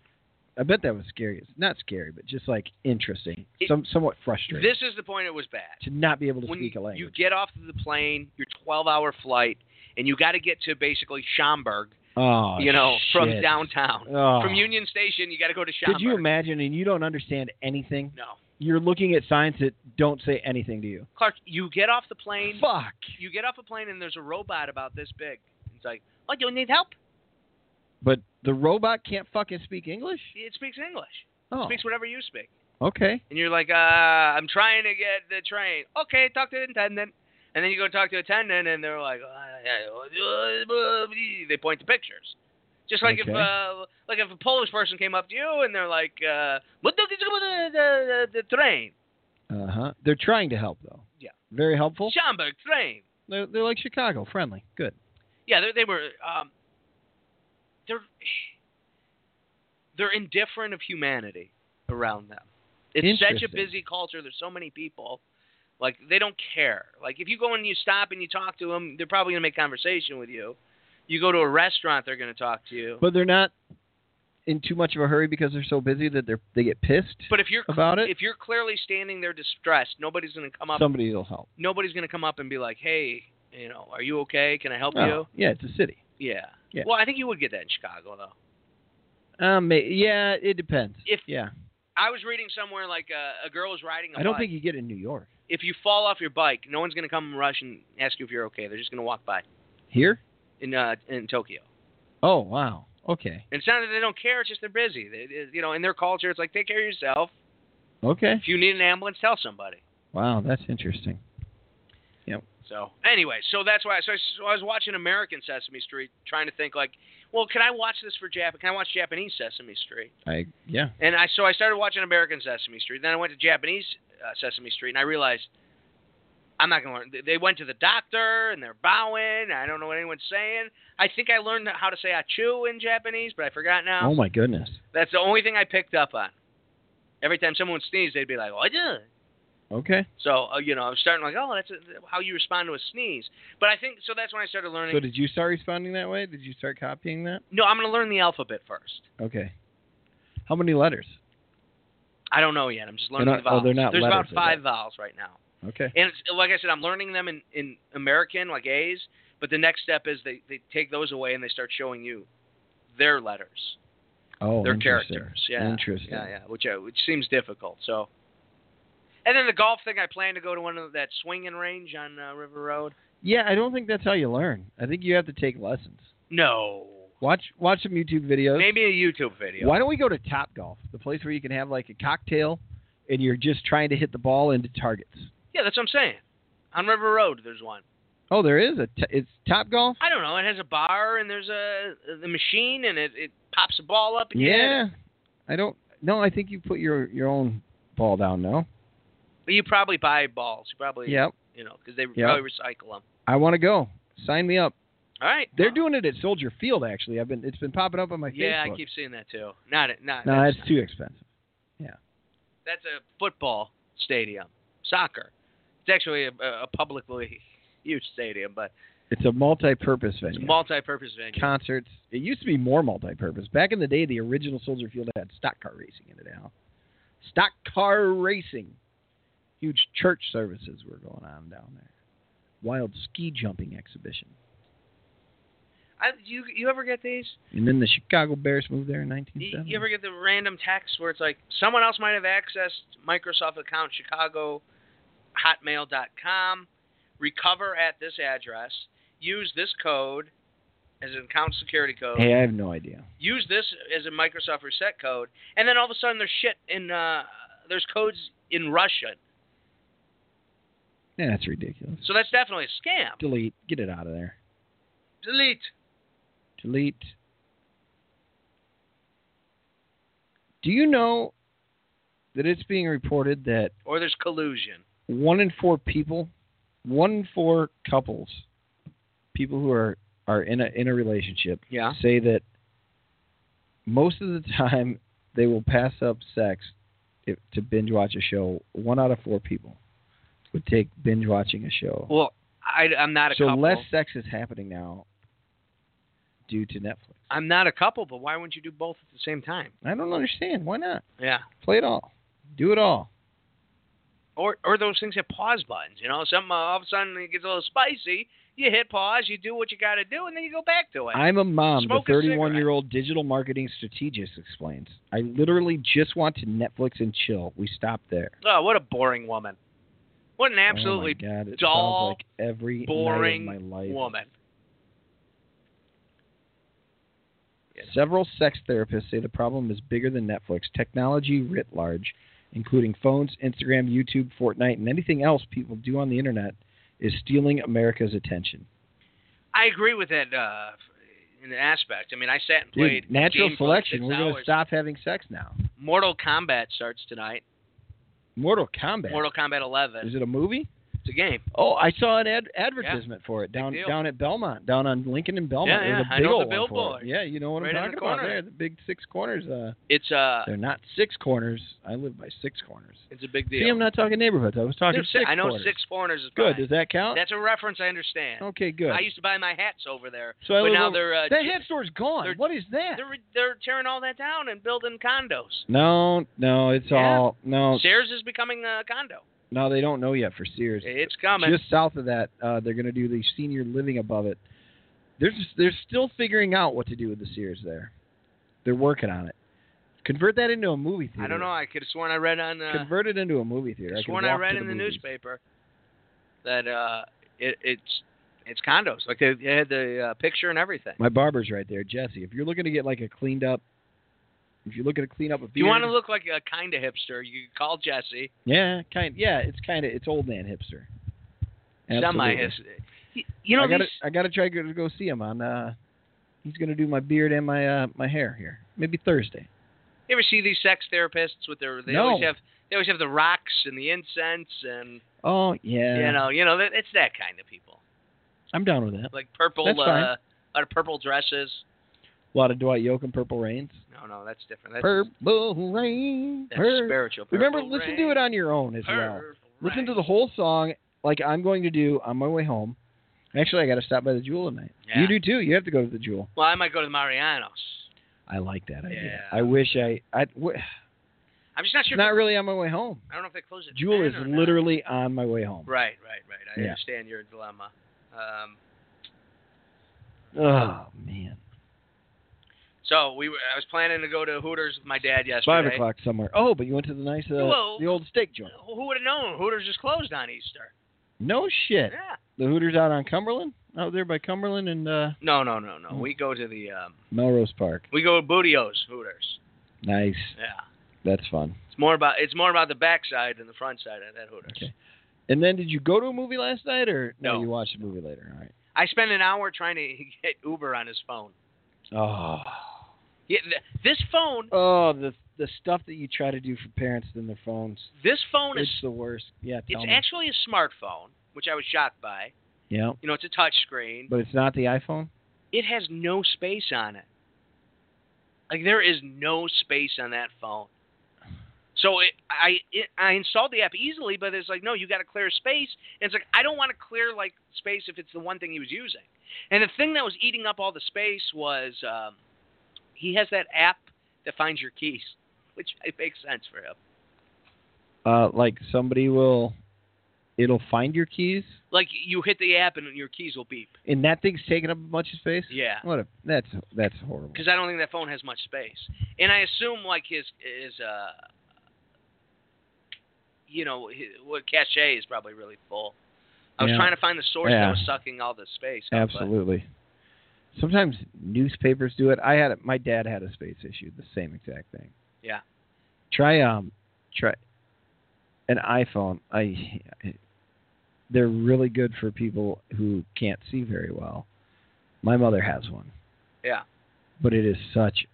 B: I bet that was scary. It's not scary, but just like interesting,
C: It-
B: some somewhat frustrating
C: This is the point. It was bad.
B: to not be able to
C: when
B: speak a
C: you-
B: language.
C: you get off the plane, your 12-hour flight, and you got to get to basically Schaumburg,
B: oh,
C: you know, from
B: shit.
C: downtown,
B: Oh.
C: from Union Station. You got to go to Schaumburg.
B: Could you imagine? And you don't understand anything.
C: No,
B: You're looking at signs that don't say anything to you.
C: Clark. You get off the plane.
B: Fuck.
C: You get off a plane, and there's a robot about this big. It's like, oh, do you need help?
B: But the robot can't fucking speak English.
C: It speaks English.
B: Oh,
C: It speaks whatever you speak.
B: okay.
C: and you're like, uh, I'm trying to get the train. Okay, talk to the attendant. And then you go talk to the attendant, and they're like, uh, yeah, uh, they point to pictures. Just like if
B: Okay.
C: uh, like if a Polish person came up to you and they're like, uh, what the, the, the, the train?
B: Uh huh. They're trying to help though.
C: Yeah.
B: Very helpful.
C: Schaumburg train.
B: They're, they're like Chicago friendly. Good.
C: Yeah, they they were. Um, they're they're indifferent of humanity around them. It's such a
B: Interesting.
C: busy culture. There's so many people. Like they don't care. Like if you go and you stop and you talk to them, they're probably gonna make conversation with you. You go to a restaurant, they're gonna talk to you.
B: But they're not in too much of a hurry because they're so busy that they're they get pissed.
C: But if you're
B: about it?
C: if you're clearly standing there distressed, nobody's gonna come up.
B: Somebody will help.
C: nobody's gonna come up and be like, "Hey, you know, are you okay? Can I help
B: Oh, yeah, it's a city.
C: you?" Yeah.
B: Yeah.
C: Well, I think you would get that in Chicago though.
B: Um, ma- yeah, it depends.
C: If-
B: yeah,
C: I was reading somewhere like uh, a girl was riding a
B: I don't
C: bike.
B: think you get it in New York.
C: if you fall off your bike, no one's gonna come and rush and ask you if you're okay. They're just gonna walk by
B: Here?
C: in uh, in Tokyo.
B: Oh wow. Okay.
C: And it's not that they don't care; it's just they're busy. They, they- you know, in their culture, it's like take care of yourself.
B: Okay.
C: If you need an ambulance, tell somebody.
B: Wow, that's interesting.
C: So anyway, so that's why. So I, so I was watching American Sesame Street, trying to think like, well, can I watch this for Japan? Can I watch Japanese Sesame Street?
B: I yeah.
C: And I so I started watching American Sesame Street. Then I went to Japanese uh, Sesame Street, and I realized I'm not gonna learn. They- They went to the doctor, and they're bowing. I don't know what anyone's saying. I think I learned how to say "achu" in Japanese, but I forgot now.
B: Oh my goodness.
C: That's the only thing I picked up on. Every time someone sneezed, they'd be like, "Oh yeah."
B: Okay.
C: So uh, you know, I'm starting like, "Oh, that's a, how you respond to a sneeze." But I think so. That's when I started learning.
B: So did you start responding that way? Did you start copying that?
C: no, I'm gonna learn the alphabet first.
B: Okay. How many letters?
C: I don't know yet. I'm just learning
B: They're
C: the
B: not- oh,
C: vowels.
B: they're not
C: There's
B: letters,
C: about
B: they're
C: five vowels right now.
B: Okay.
C: And it's, like I said, I'm learning them in, in American, like A's, but the next step is they, they take those away and they start showing you their letters,
B: Oh,
C: their
B: interesting.
C: characters. Yeah.
B: Interesting.
C: Yeah, yeah, which, uh, which seems difficult. So. And then the golf thing, I plan to go to one of that swinging range on uh, River Road.
B: Yeah, I don't think that's how you learn. I think you have to take lessons.
C: No.
B: Watch watch some YouTube videos.
C: Maybe a YouTube video.
B: Why don't we go to Top Golf, the place where you can have like a cocktail and you're just trying to hit the ball into targets?
C: Yeah, that's what I'm saying. On River Road, there's one.
B: Oh, there is a. T- it's Top Golf.
C: I don't know. It has a bar and there's a the machine and it, it pops a ball up. And you hit
B: Yeah.
C: it.
B: I don't. No, I think you put your your own ball down. No.
C: But you probably buy balls. You probably
B: Yep.
C: you know because they
B: Yeah.
C: probably recycle them.
B: I want to go. Sign me up.
C: All right.
B: They're doing it at Soldier Field. Actually, I've been. It's been popping up on my
C: Yeah,
B: Facebook.
C: I keep seeing that too. Not it. Not
B: No,
C: that's,
B: that's too expensive.
C: that's a football stadium. Soccer. It's actually a, a publicly huge stadium, but
B: It's a multi-purpose
C: it's
B: venue.
C: a multi-purpose venue.
B: Concerts. It used to be more multi-purpose. Back in the day, the original Soldier Field had stock car racing in it. Al. Stock car racing. Huge church services were going on down there. Wild ski jumping exhibition.
C: I, you you ever get these?
B: And then the Chicago Bears moved there in
C: You,
B: 1970.
C: you ever get the random text where it's like someone else might have accessed Microsoft account Chicago hotmail.com recover at this address use this code as an account security code
B: hey, I have no idea.
C: use this as a Microsoft reset code, and then all of a sudden there's shit in uh, there's codes in Russian.
B: Yeah, that's ridiculous.
C: So that's definitely a scam.
B: Delete. Get it out of there.
C: Delete.
B: Delete. Do you know that it's being reported that
C: Or there's collusion.
B: one in four people, one in four couples, people who are are in a in a relationship,
C: Yeah.
B: say that most of the time they will pass up sex if, to binge watch a show. One out of four people would take binge watching a show.
C: Well, I, I'm not a
B: so
C: couple.
B: less sex is happening now due to Netflix.
C: I'm not a couple, but why wouldn't you do both at the same time?
B: I don't understand. Why not?
C: Yeah.
B: Play it all. Do it all.
C: Or or those things have pause buttons. You know, something uh, all of a sudden it gets a little spicy. You hit pause. You do what you got to do, and then you go back to it.
B: I'm a mom,
C: Smoke
B: the
C: a
B: 31 year old digital marketing strategist explains. I literally just want to Netflix and chill. We stop there.
C: oh, what a boring woman. What an absolutely
B: oh my God, it
C: dull,
B: sounds like every night of
C: boring
B: my life.
C: woman.
B: Several sex therapists say the problem is bigger than Netflix, technology writ large, including phones, Instagram, YouTube, Fortnite, and anything else people do on the internet, is stealing America's attention.
C: I agree with that uh, in an aspect. I mean, I sat and
B: Dude,
C: played
B: natural
C: game for like
B: selection.
C: six
B: We're going to
C: hours.
B: stop having sex now.
C: Mortal Kombat starts tonight.
B: Mortal Kombat.
C: Mortal Kombat 11.
B: is it a movie?
C: It's a game.
B: Oh, I saw an ad- advertisement for it down
C: deal.
B: down at Belmont, down on Lincoln and Belmont.
C: Yeah,
B: There's
C: yeah,
B: a
C: I
B: big
C: know
B: old
C: the
B: one for it.
C: billboard.
B: Yeah, you know what
C: Right in
B: I'm
C: the
B: talking about
C: corner.
B: there. The big six corners. Uh,
C: It's uh,
B: they're not six corners. I live by six corners.
C: it's a big deal.
B: See, I'm not talking neighborhoods. I was
C: Dude,
B: talking
C: si-
B: six
C: I know
B: corners.
C: six corners is
B: Good.
C: fine.
B: Does that count?
C: That's a reference I understand.
B: okay. Oh, Good.
C: I used to buy my hats over there,
B: so I
C: but
B: live
C: now
B: over-
C: they're uh,
B: that hat store's gone.
C: they're-
B: what is that?
C: they're they're tearing all that down and building condos.
B: No, no, it's
C: Yeah.
B: all no,
C: Sears is becoming a condo.
B: no. They don't know yet for Sears.
C: It's coming.
B: Just south of that, uh, they're going to do the senior living above it. They're they're still figuring out what to do with the Sears there. They're working on it. Convert that into a movie theater.
C: I don't know. I could have sworn I read on uh,
B: Convert it into a movie theater. I
C: Just
B: could
C: when I
B: walk to
C: read in the
B: movies.
C: newspaper that uh, it, it's it's condos. Like they, they had the uh, picture and everything.
B: My barber's right there, Jesse. If you're looking to get like a cleaned up, if you're looking to clean up a beard,
C: If you want to look like a kind of hipster, you could call Jesse.
B: yeah, kind, yeah, it's kind of it's old man hipster.
C: Semi
B: Absolutely.
C: hipster. You, you know,
B: I gotta
C: these,
B: I gotta try to go see him on. Uh, he's gonna do my beard and my uh, my hair here. Maybe Thursday.
C: you ever see these sex therapists with their? They
B: No.
C: always have they always have the rocks and the incense and
B: Oh yeah.
C: you know you know that it's that kind of people
B: I'm down with that.
C: like purple
B: That's
C: uh,
B: fine.
C: a lot of purple dresses.
B: A lot of Dwight Yoakam, Purple Rains.
C: No, no, that's different. That's,
B: Purple Rain.
C: that's
B: pur-
C: spiritual.
B: Remember,
C: Purple
B: listen to
C: rain,
B: it on your own as well.
C: purple
B: Listen to
C: rain.
B: the whole song, like I'm going to do on my way home. Actually, I got to stop by the Jewel tonight.
C: Yeah.
B: You do too. You have to go to the Jewel.
C: Well, I might go to the Marianos.
B: I like that idea.
C: Yeah.
B: I wish I. I w-
C: I'm just not sure. if
B: not really on my way home.
C: I don't know if they close it.
B: Jewel is
C: or not.
B: literally on my way home.
C: Right, right, right. I
B: Yeah.
C: understand your dilemma. Um,
B: Oh man.
C: so we were, I was planning to go to Hooters with my dad yesterday.
B: Five o'clock somewhere. Oh, but you went to the nice, uh,
C: Well-
B: the old steak joint.
C: Who would have known? Hooters is closed on Easter.
B: No shit.
C: Yeah.
B: The Hooters out on Cumberland, out there by Cumberland and uh,
C: No, no, no, no.
B: Hmm.
C: We go to the um,
B: Melrose Park.
C: we go to Bootio's Hooters.
B: Nice.
C: Yeah.
B: That's fun.
C: It's more about it's more about the backside than the front side of that Hooters.
B: Okay. And then did you go to a movie last night or
C: No.
B: you watched a movie later? All right.
C: I spent an hour trying to get Uber on his phone.
B: Oh.
C: Yeah, th- this phone,
B: Oh, the the stuff that you try to do for parents in their phones.
C: this phone is
B: It's the worst. Yeah, tell
C: it's
B: me.
C: actually a smartphone, which I was shocked by.
B: yeah,
C: You know, it's a touch screen.
B: but it's not the iPhone.
C: It has no space on it. Like there is no space on that phone. So it, I it, I installed the app easily, but it's like no, you got to clear space. And it's like I don't want to clear like space if it's the one thing he was using. And the thing that was eating up all the space was um, he has that app that finds your keys, which it makes sense for him.
B: Uh, like somebody will, it'll find your keys,
C: Like you hit the app and your keys will beep.
B: and that thing's taking up a bunch of space.
C: Yeah.
B: What? A, that's that's horrible.
C: because I don't think that phone has much space. And I assume like his his uh, you know, his, what cachet is probably really full. I was
B: Yeah.
C: trying to find the source
B: Yeah.
C: that was sucking all the space. up, but-
B: Absolutely. Sometimes newspapers do it. I had a, my dad had a space issue, the same exact thing.
C: Yeah.
B: Try um try an iPhone. I they're really good for people who can't see very well. My mother has one.
C: Yeah.
B: But it is such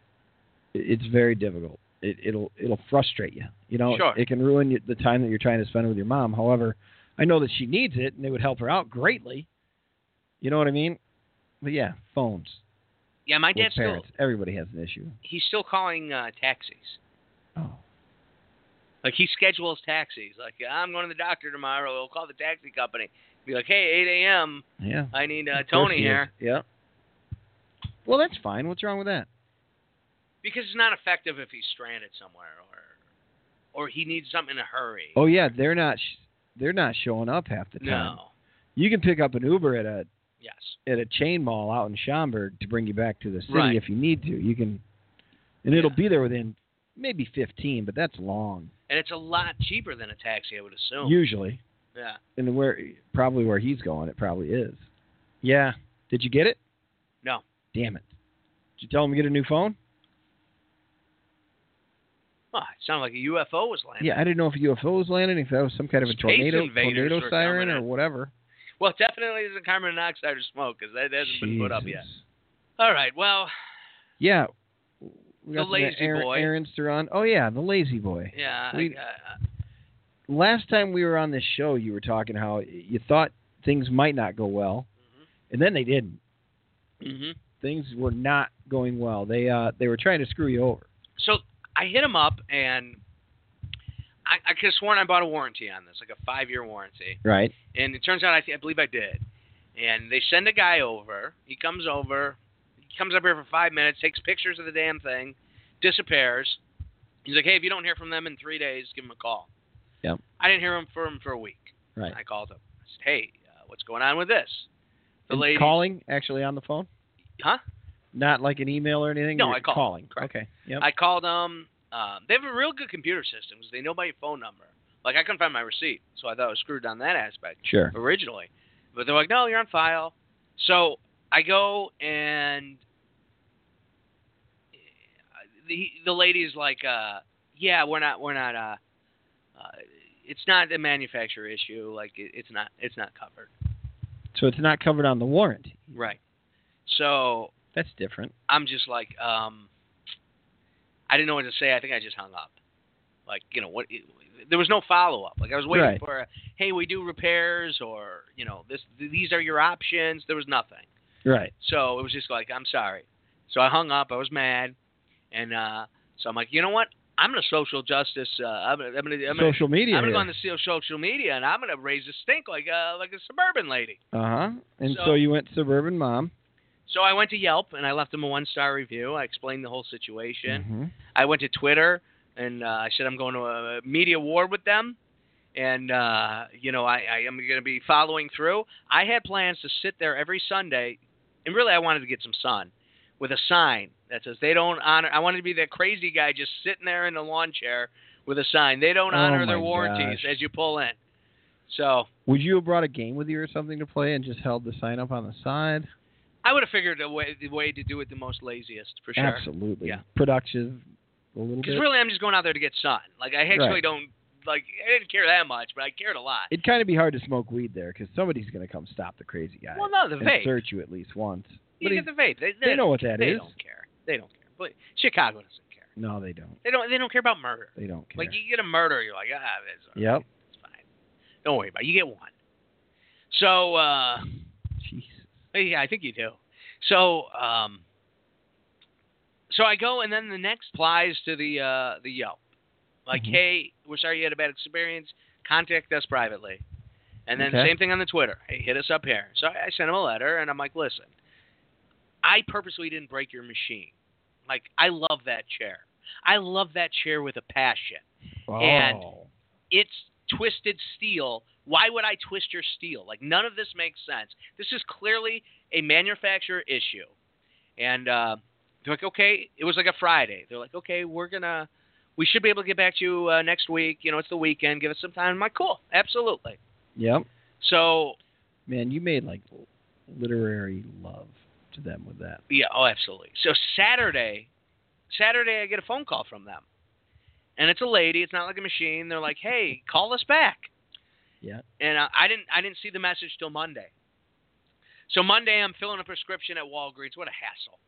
B: it's very difficult. It, it'll it'll frustrate you. You know,
C: Sure.
B: it can ruin you, the time that you're trying to spend with your mom. However, I know that she needs it, and it would help her out greatly. You know what I mean? But yeah, phones.
C: yeah, my
B: with
C: dad's still
B: parents. Everybody has an issue.
C: he's still calling uh, taxis.
B: Oh.
C: Like he schedules taxis. Like I'm going to the doctor tomorrow. He'll call the taxi company. Be like, hey, 8 a.m.
B: Yeah.
C: I need uh,
B: Of course
C: Tony
B: he is.
C: here
B: Yeah. Well, that's fine. What's wrong with that?
C: because it's not effective if he's stranded somewhere or or he needs something in a hurry.
B: Oh yeah, they're not sh- they're not showing up half the time.
C: no.
B: You can pick up an Uber at a
C: Yes.
B: at a chain mall out in Schaumburg to bring you back to the city
C: Right.
B: if you need to. You can, and it'll
C: Yeah.
B: be there within maybe 15, but that's long
C: and it's a lot cheaper than a taxi, I would assume.
B: usually.
C: yeah.
B: And where probably where he's going, it probably is. Yeah. Did you get it?
C: No.
B: Damn it. Did you tell him to get a new phone?
C: Oh, it sounded like a UFO was landing.
B: Yeah, I didn't know if a UFO was landing, if that was some kind of a
C: Space
B: tornado,
C: invaders
B: tornado
C: were
B: siren,
C: coming
B: or
C: in.
B: whatever.
C: Well, it definitely isn't carbon monoxide or smoke because that hasn't been put up yet.
B: Jesus.
C: All right. Well,
B: Yeah. We
C: The
B: got some
C: lazy
B: errand-
C: boy.
B: errands to run. Oh yeah, the lazy boy.
C: yeah.
B: We-
C: I, uh,
B: last time we were on this show, you were talking how you thought things might not go well, and then they didn't.
C: mhm.
B: Things were not going well. They uh, they were trying to screw you over.
C: So I hit him up, and I, I could have sworn I bought a warranty on this, like a five-year warranty.
B: Right.
C: And it turns out I, th- I believe I did. And they send a guy over. He comes over. He comes up here for five minutes, takes pictures of the damn thing, disappears. He's like, hey, if you don't hear from them in three days, give them a call.
B: Yep.
C: I didn't hear him from for a week.
B: Right.
C: I called him. I said, hey, uh, what's going on with this? The
B: And
C: lady.
B: calling actually on the phone,
C: Huh?
B: not like an email or anything.
C: No,
B: You're
C: I called.
B: calling.
C: Correct.
B: Okay. Yep.
C: I called them. Um, they have a real good computer system because they know by your phone number. Like, I couldn't find my receipt, so I thought I was screwed on that aspect.
B: sure.
C: originally. But they're like, no, you're on file. So I go and the the lady's like, uh, yeah, we're not we're not uh, uh, it's not a manufacturer issue. Like it, it's not it's not covered.
B: So it's not covered on the warranty.
C: Right. So
B: That's different.
C: I'm just like, um, I didn't know what to say. I think I just hung up. Like, you know, what? there was no follow up. Like, I was waiting
B: Right.
C: for, a, hey, we do repairs, or you know, this, these are your options. There was nothing.
B: Right.
C: So it was just like, I'm sorry. So I hung up. I was mad, and uh, so I'm like, you know what? I'm gonna social justice. Uh, I'm gonna, I'm gonna, I'm gonna,
B: Social media.
C: I'm gonna go on the so- social media, and I'm gonna raise a stink like a like a suburban lady.
B: Uh huh. And so,
C: So-
B: you went suburban mom.
C: So I went to Yelp and I left them a one star review. I explained the whole situation.
B: Mhm.
C: I went to Twitter and uh, I said I'm going to a media war with them, and uh, you know I, I am going to be following through. I had plans to sit there every Sunday, and really I wanted to get some sun with a sign that says they don't honor. I wanted to be that crazy guy just sitting there in the lawn chair with a sign they don't
B: Oh
C: honor
B: my
C: their warranties
B: gosh.
C: as you pull in. So
B: Would you have brought a game with you or something to play and just held the sign up on the side?
C: I would have figured a way, the way to do it the most laziest for sure.
B: Absolutely.
C: Yeah.
B: Productive a little
C: Because
B: bit.
C: really, I'm just going out there to get sun. Like I actually
B: Right.
C: don't like I didn't care that much, but I cared a lot.
B: It'd kind of be hard to smoke weed there because somebody's going to come stop the crazy guy
C: Well, no, the
B: and
C: vape.
B: search you at least once.
C: You
B: But
C: get the vape. They, they,
B: they know what that
C: they
B: is.
C: don't care. They don't care. But Chicago doesn't care.
B: No, they don't.
C: They don't. They don't care about murder.
B: They don't care.
C: Like you get a murder, you're like, ah, that's all
B: yep.
C: right, it's fine. Don't worry about. it. You get one. So uh,
B: Jeez.
C: yeah, I think you do. So um, so I go, and then the next applies to the uh, the Yelp. Like,
B: Mhm.
C: hey, we're sorry you had a bad experience. Contact us privately. And then
B: Okay.
C: same thing on the Twitter. Hey, hit us up here. So I, I sent him a letter, and I'm like, listen, I purposely didn't break your machine. Like, I love that chair. I love that chair with a passion And-
B: Oh.
C: it's twisted steel. Why would I twist your steel? Like none of this makes sense. This is clearly a manufacturer issue. And uh, they're like, okay, it was like a Friday. They're like, okay, we're gonna, we should be able to get back to you uh, next week. You know, it's the weekend. Give us some time. I'm like, cool, absolutely.
B: Yep.
C: So
B: Man, you made like literary love to them with that.
C: Yeah, oh, absolutely. So Saturday, Saturday, I get a phone call from them, and it's a lady. It's not like a machine. They're like, "Hey, call us back."
B: Yeah.
C: And I, I didn't, I didn't see the message till Monday. So Monday, I'm filling a prescription at Walgreens. What a hassle!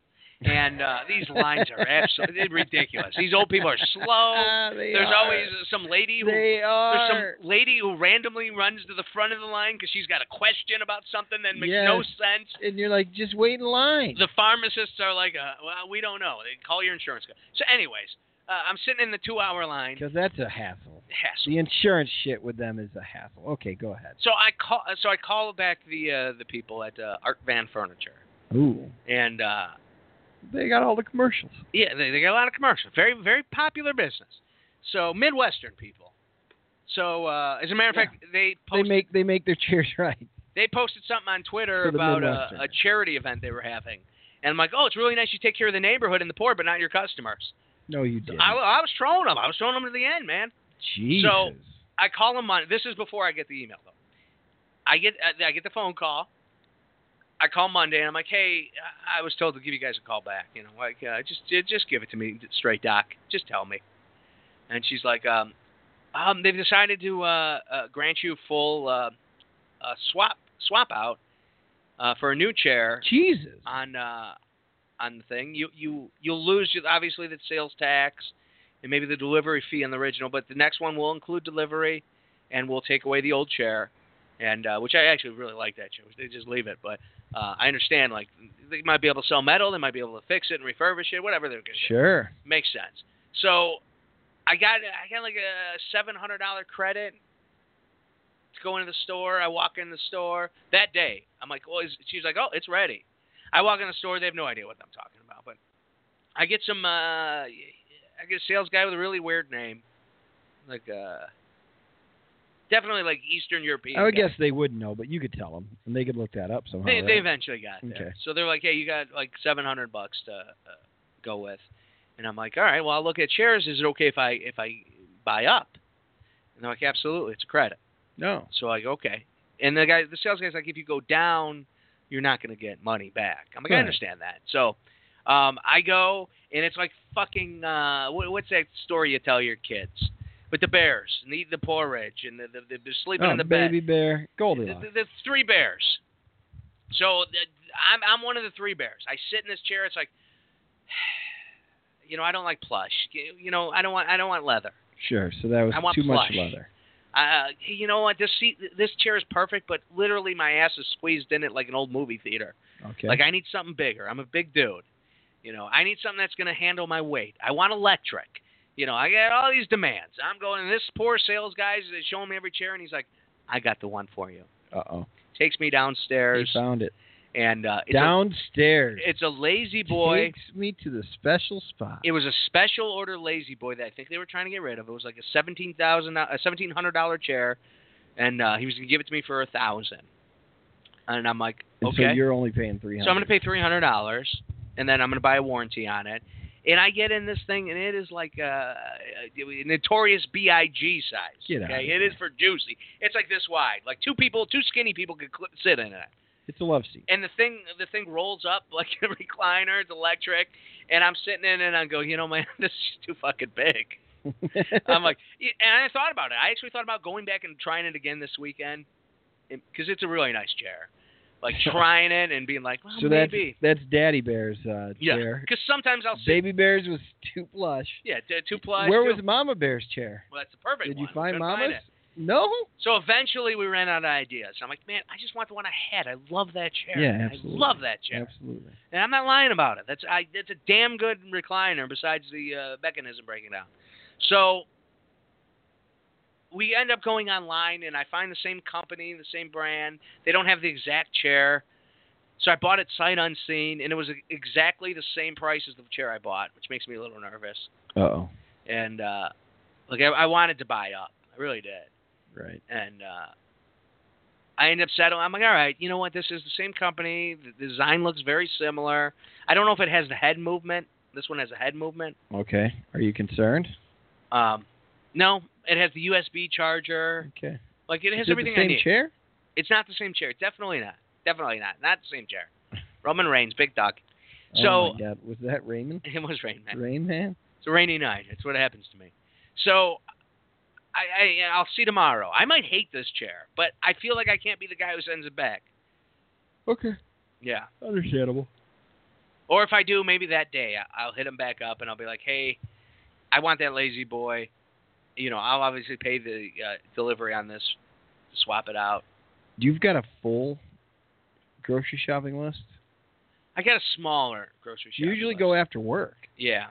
C: And uh, these lines are absolutely ridiculous. These old people are slow. Oh, There's always some lady who
B: Ah, They
C: there's
B: are.
C: some lady who randomly runs to the front of the line because she's got a question about something that makes no
B: Yes.
C: sense.
B: and you're like, just wait in line.
C: The pharmacists are like, uh, well, we don't know. They call your insurance company. So, anyways, uh, I'm sitting in the two-hour line.
B: Because that's a hassle.
C: Hassle.
B: The insurance shit with them is a hassle. Okay, go ahead.
C: So I call. uh, So I call back the uh, the people at uh, Art Van Furniture,
B: Ooh.
C: and uh,
B: They got all the commercials.
C: yeah, they, they got a lot of commercials. Very very popular business. So Midwestern people. So uh, as a matter of
B: Yeah.
C: fact, they
B: They
C: posted,
B: make they make their cheers right.
C: they posted something on Twitter
B: For the
C: about uh,
B: Midwestern.
C: a, a charity event they were having. And I'm like, oh, it's really nice you take care of the neighborhood and the poor, but not your customers.
B: No, you didn't.
C: I, I was throwing them. I was throwing them to the end, man.
B: Jesus.
C: so- I call him on. This is before I get the email though. I get uh, I I get the phone call. I call Monday and I'm like, hey, I- I was told to give you guys a call back. You know, like uh, just ju- just give it to me straight, Doc. Just tell me. And she's like, um, um, they've decided to uh, uh, grant you full uh, uh, swap swap out uh, for a new chair
B: Jesus.
C: on uh, on the thing. You you you'll lose your- obviously the sales tax and maybe the delivery fee on the original, but the next one will include delivery, and we'll take away the old chair, and uh, which I actually really like that chair. They just leave it, but uh, I understand like they might be able to sell metal, they might be able to fix it and refurbish it, whatever they're gonna do.
B: Sure.
C: Makes sense. So I got I got like a seven hundred dollar credit to go into the store. I walk in the store that day. I'm like, well, is, she's like, oh, it's ready. I walk in the store. They have no idea what I'm talking about, but I get some. Uh, I get a sales guy with a really weird name, like uh, definitely like Eastern European.
B: I would
C: guy.
B: guess they would know, but you could tell them, and they could look that up somehow.
C: They,
B: right?
C: they eventually got there.
B: Okay.
C: So they're like, "Hey, you got like seven hundred bucks to uh, go with," and I'm like, "All right, well, I'll look at shares. Is it okay if I if I buy up?" And they're like, "Absolutely, it's a credit."
B: no.
C: So I go, "Okay." And the guy, the sales guy's like, "If you go down, you're not going to get money back." I'm like, "I
B: Right.
C: understand that." So um, I go, and it's like fucking uh, what, what's that story you tell your kids? With the bears and they eat the porridge and the, the, the, they're sleeping
B: Oh,
C: in the bed
B: baby bear,
C: the,
B: Goldilocks.
C: the, the three bears. So th- I'm I'm one of the three bears. I sit in this chair. It's like, you know, I don't like plush. You you know, I don't want I don't want leather.
B: Sure. So that was
C: I want
B: too much
C: plush.
B: leather.
C: Uh, you know what? This seat, this chair is perfect, but literally my ass is squeezed in it like an old movie theater.
B: Okay.
C: Like I need something bigger. I'm a big dude. You know, I need something that's going to handle my weight. I want electric. You know, I got all these demands. I'm going. And this poor sales guy's showing me every chair, and he's like, "I got the one for you."
B: uh oh.
C: Takes me downstairs,
B: found it
C: and uh, it's a-
B: downstairs.
C: It's a lazy boy.
B: takes me to the special spot.
C: It was a special order lazy boy that I think they were trying to get rid of. It was like a seventeen thousand, uh, a seventeen hundred dollar chair, and uh, he was gonna give it to me for a thousand. And I'm like,
B: and so
C: okay.
B: you're only paying three
C: So,
B: hundred.
C: I'm gonna pay three hundred dollars, and then I'm gonna buy a warranty on it. And I get in this thing, and it is like a, a notorious Big size. okay,
B: Get outta
C: it
B: here.
C: is for juicy. It's like this wide. Like two people, two skinny people could cl- sit in it
B: It's a love seat.
C: and the thing the thing rolls up like a recliner, it's electric, and I'm sitting in it and I go, you know, man, this is too fucking big. I'm like, yeah, and I thought about it. I actually thought about going back and trying it again this weekend because it's a really nice chair. Like trying it and being like, well,
B: so that's
C: maybe.
B: that's Daddy Bear's uh,
C: yeah,
B: chair.
C: because sometimes I'll sit.
B: Baby Bear's was too plush.
C: Yeah, t- two plus.
B: Where
C: two-
B: was Mama Bear's chair?
C: Well, that's the perfect
B: Did
C: one.
B: you find
C: Couldn't
B: Mama's?
C: it.
B: No.
C: So eventually we ran out of ideas. I'm like, man, I just want the one I had. I love that chair.
B: Yeah,
C: man.
B: absolutely.
C: I love that chair.
B: Absolutely.
C: And I'm not lying about it. That's I. That's a damn good recliner. Besides the uh, mechanism breaking down, so we end up going online, and I find the same company, the same brand. They don't have the exact chair, so I bought it sight unseen, and it was exactly the same price as the chair I bought, which makes me a little nervous.
B: Uh oh.
C: And uh, like I, I wanted to buy up, I really did
B: Right.
C: and uh, I ended up settling. I'm like, all right, you know what? This is the same company. The design looks very similar. I don't know if it has the head movement. This one has a head movement.
B: Okay. Are you concerned?
C: Um, no, it has the USB charger.
B: Okay.
C: Like it has
B: Is it
C: everything
B: the
C: I
B: same
C: need.
B: chair?
C: It's not the same chair. Definitely not. Definitely not. Not the same chair. Roman Reigns, big dog.
B: oh
C: So
B: my God. was that Raymond?
C: it was Rain Man.
B: Rain Man?
C: It's a rainy night. That's what happens to me. So I, I I'll see tomorrow. I might hate this chair, but I feel like I can't be the guy who sends it back.
B: Okay.
C: Yeah.
B: Understandable.
C: Or if I do, maybe that day I- I'll hit him back up and I'll be like, "Hey, I want that lazy boy. You know, I'll obviously pay the uh, delivery on this. Swap it out.
B: You've got a full grocery shopping list.
C: I got a smaller grocery
B: You
C: shop.
B: usually go after work.
C: Yeah,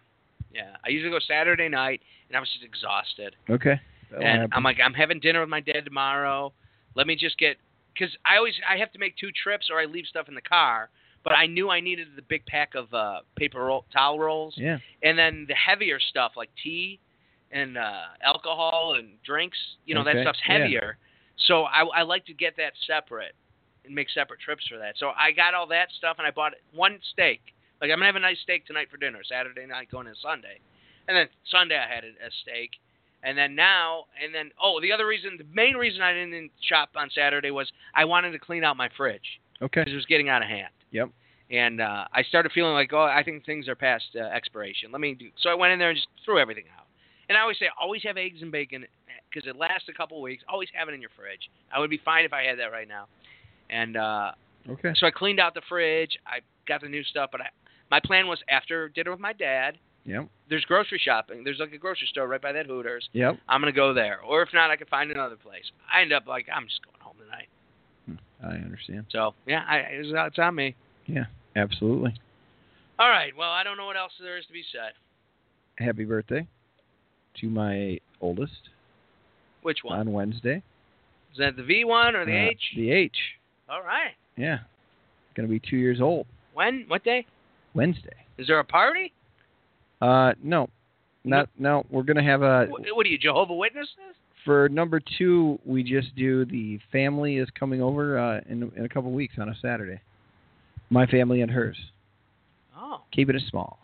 C: yeah. I usually go Saturday night, and I was just exhausted.
B: Okay. That'll
C: and
B: happen.
C: I'm like, I'm having dinner with my dad tomorrow. Let me just get, because I always I have to make two trips or I leave stuff in the car. But I knew I needed the big pack of uh, paper roll, towel rolls.
B: yeah.
C: and then the heavier stuff like tea and uh, alcohol and drinks, you know,
B: Okay,
C: that stuff's
B: yeah.
C: heavier. So I, I like to get that separate and make separate trips for that. So I got all that stuff and I bought one steak. Like I'm gonna have a nice steak tonight for dinner, Saturday night going to Sunday, and then Sunday I had a, a steak, and then now and then oh the other reason the main reason I didn't shop on Saturday was I wanted to clean out my fridge
B: Okay.
C: because it was getting out of hand.
B: Yep.
C: And uh, I started feeling like, oh, I think things are past uh, expiration. Let me do. So I went in there and just threw everything out. And I always say, always have eggs and bacon because it lasts a couple weeks. Always have it in your fridge. I would be fine if I had that right now. And uh,
B: Okay.
C: so I cleaned out the fridge. I got the new stuff. But I, my plan was after dinner with my dad.
B: Yep.
C: There's grocery shopping. There's like a grocery store right by that Hooters.
B: Yep.
C: I'm gonna go there, or if not, I can find another place. I end up like I'm just going home tonight.
B: I understand.
C: So yeah, I, it was, it's on me.
B: Absolutely.
C: All right. Well, I don't know what else there is to be said.
B: Happy birthday to my oldest
C: Which one?
B: on Wednesday.
C: Is that the V one or the
B: Uh,
C: H?
B: The H.
C: All right.
B: Yeah. Going to be two years old
C: When? What day?
B: Wednesday.
C: Is there a party?
B: Uh, no, not no. We're going to have a
C: What, what are you, Jehovah Witnesses?
B: for number two. We just do the family is coming over uh, in in a couple weeks on a Saturday. My family and hers.
C: Oh.
B: Keep it small.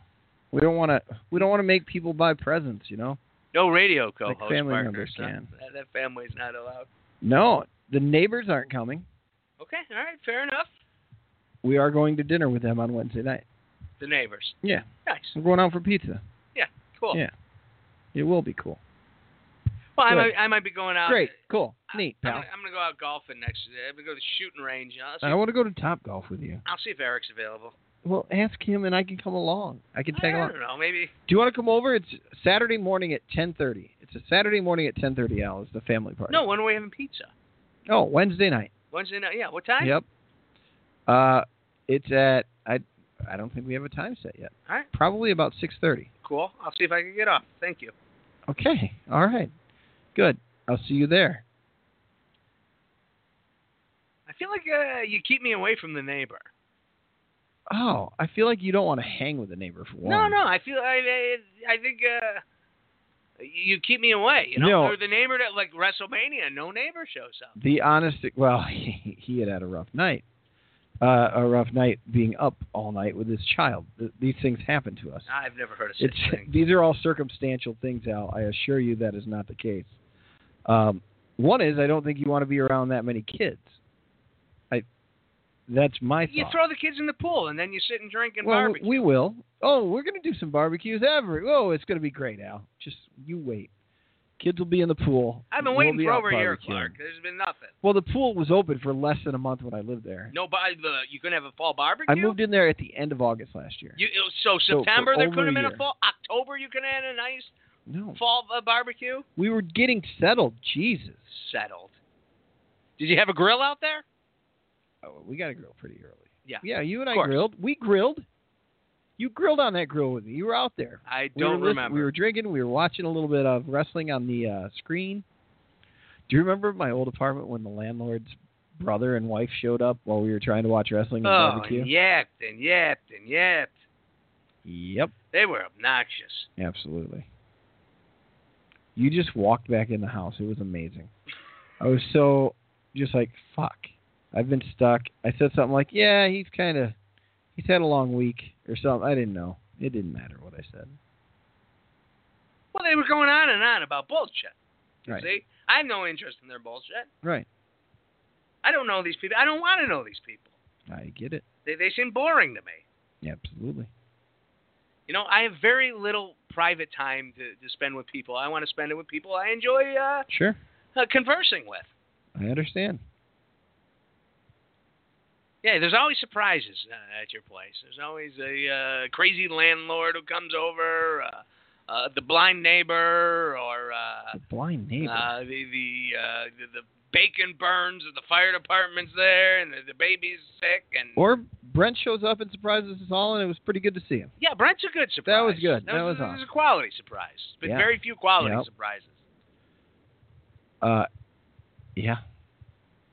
B: We don't want to. We don't want to make people buy presents. You know.
C: No radio co-host
B: Like family
C: Parker.
B: members
C: It's not-
B: can.
C: That, that family's not allowed.
B: No, the neighbors aren't coming.
C: Okay. All right. Fair enough.
B: We are going to dinner with them on Wednesday night.
C: The neighbors.
B: Yeah.
C: Nice.
B: We're going out for pizza.
C: Cool.
B: Yeah. It will be cool.
C: Well, I
B: good.
C: might, I might be going out.
B: Great. Cool.
C: I-
B: Neat,
C: I'm
B: pal. Uh,
C: gonna- I'm going to go out golfing next. I'm going to go to the shooting range. I'll see,
B: I want to go to Top Golf with you.
C: I'll see if Eric's available.
B: Well, ask him and I can come along. I can
C: I
B: tag along.
C: don't know. Maybe.
B: Do you want to come over? It's Saturday morning at 10:30. It's a Saturday morning at 10:30. Al is the family party.
C: No. When are we having pizza?
B: Oh, Wednesday night.
C: Wednesday night. Yeah. What time?
B: Yep. Uh, it's at I. I don't think we have a time set yet.
C: All right.
B: Probably about 6:30.
C: Cool. I'll see if I can get off. Thank you.
B: Okay. All right. Good. I'll see you there.
C: I feel like uh, you keep me away from the neighbor.
B: Oh, I feel like you don't want to hang with the neighbor for one.
C: No, no. I feel I I, I think uh, you keep me away. You know,
B: No.
C: or the neighbor that like WrestleMania, no neighbor shows up.
B: The honest, well, he, he had had a rough night. Uh, a rough night being up all night with his child. Th- These things happen to us.
C: I've never heard of such
B: It's
C: thing.
B: these are all circumstantial things, Al. I assure you that is not the case. Um, one is I don't think you want to be around that many kids. I That's my
C: You
B: thought.
C: throw the kids in the pool and then you sit and drink and
B: well,
C: barbecue.
B: we will. Oh, we're gonna do some barbecues every. Oh, it's gonna be great, Al. Just you wait. Kids will be in the pool.
C: I've been
B: We'll
C: waiting
B: be
C: for
B: out
C: over a year,
B: barbecuing.
C: Clark. There's been nothing.
B: Well, the pool was open for less than a month when I lived there.
C: Nobody. Uh, you couldn't have a fall barbecue.
B: I moved in there at the end of August last year.
C: You, it- so
B: for
C: September there
B: over
C: could
B: a
C: have been a
B: year.
C: fall. October you could have had a nice
B: no,
C: fall uh, barbecue.
B: we were getting settled. Jesus,
C: Settled. Did you have a grill out there?
B: oh, we got to grill pretty early.
C: Yeah.
B: yeah. You and
C: Of
B: I
C: course.
B: grilled. We grilled. You grilled on that grill with me. You were out there.
C: I
B: We were
C: don't
B: listen-
C: remember.
B: We were drinking. We were watching a little bit of wrestling on the uh, screen. Do you remember my old apartment when the landlord's brother and wife showed up while we were trying to watch wrestling and
C: oh,
B: barbecue?
C: and yapped and yapped and yapped.
B: Yep,
C: They were obnoxious.
B: absolutely. You just walked back in the house. It was amazing. I was so just like fuck. I've been stuck. I said something like, "Yeah, he's kind of he's had a long week or something." I didn't know. It didn't matter what I said.
C: Well, they were going on and on about bullshit. You
B: Right.
C: See, I have no interest in their bullshit.
B: Right.
C: I don't know these people. I don't want to know these people.
B: I get it.
C: They they seem boring to me.
B: Absolutely.
C: You know, I have very little private time to, to spend with people. I want to spend it with people I enjoy uh,
B: Sure.
C: uh, conversing with.
B: I understand.
C: Yeah, there's always surprises uh, at your place. There's always a uh, crazy landlord who comes over, uh, uh, the blind neighbor, or uh,
B: The blind neighbor.
C: uh, the the, uh, the the bacon burns at the fire department's there, and the, the baby's sick, and
B: Or Brent shows up and surprises us all, and it was pretty good to see him.
C: yeah, Brent's a good surprise.
B: was good. That was
C: that was
B: awesome.
C: a quality surprise. There's been
B: Yeah.
C: very few quality
B: Yep.
C: surprises.
B: Uh, yeah.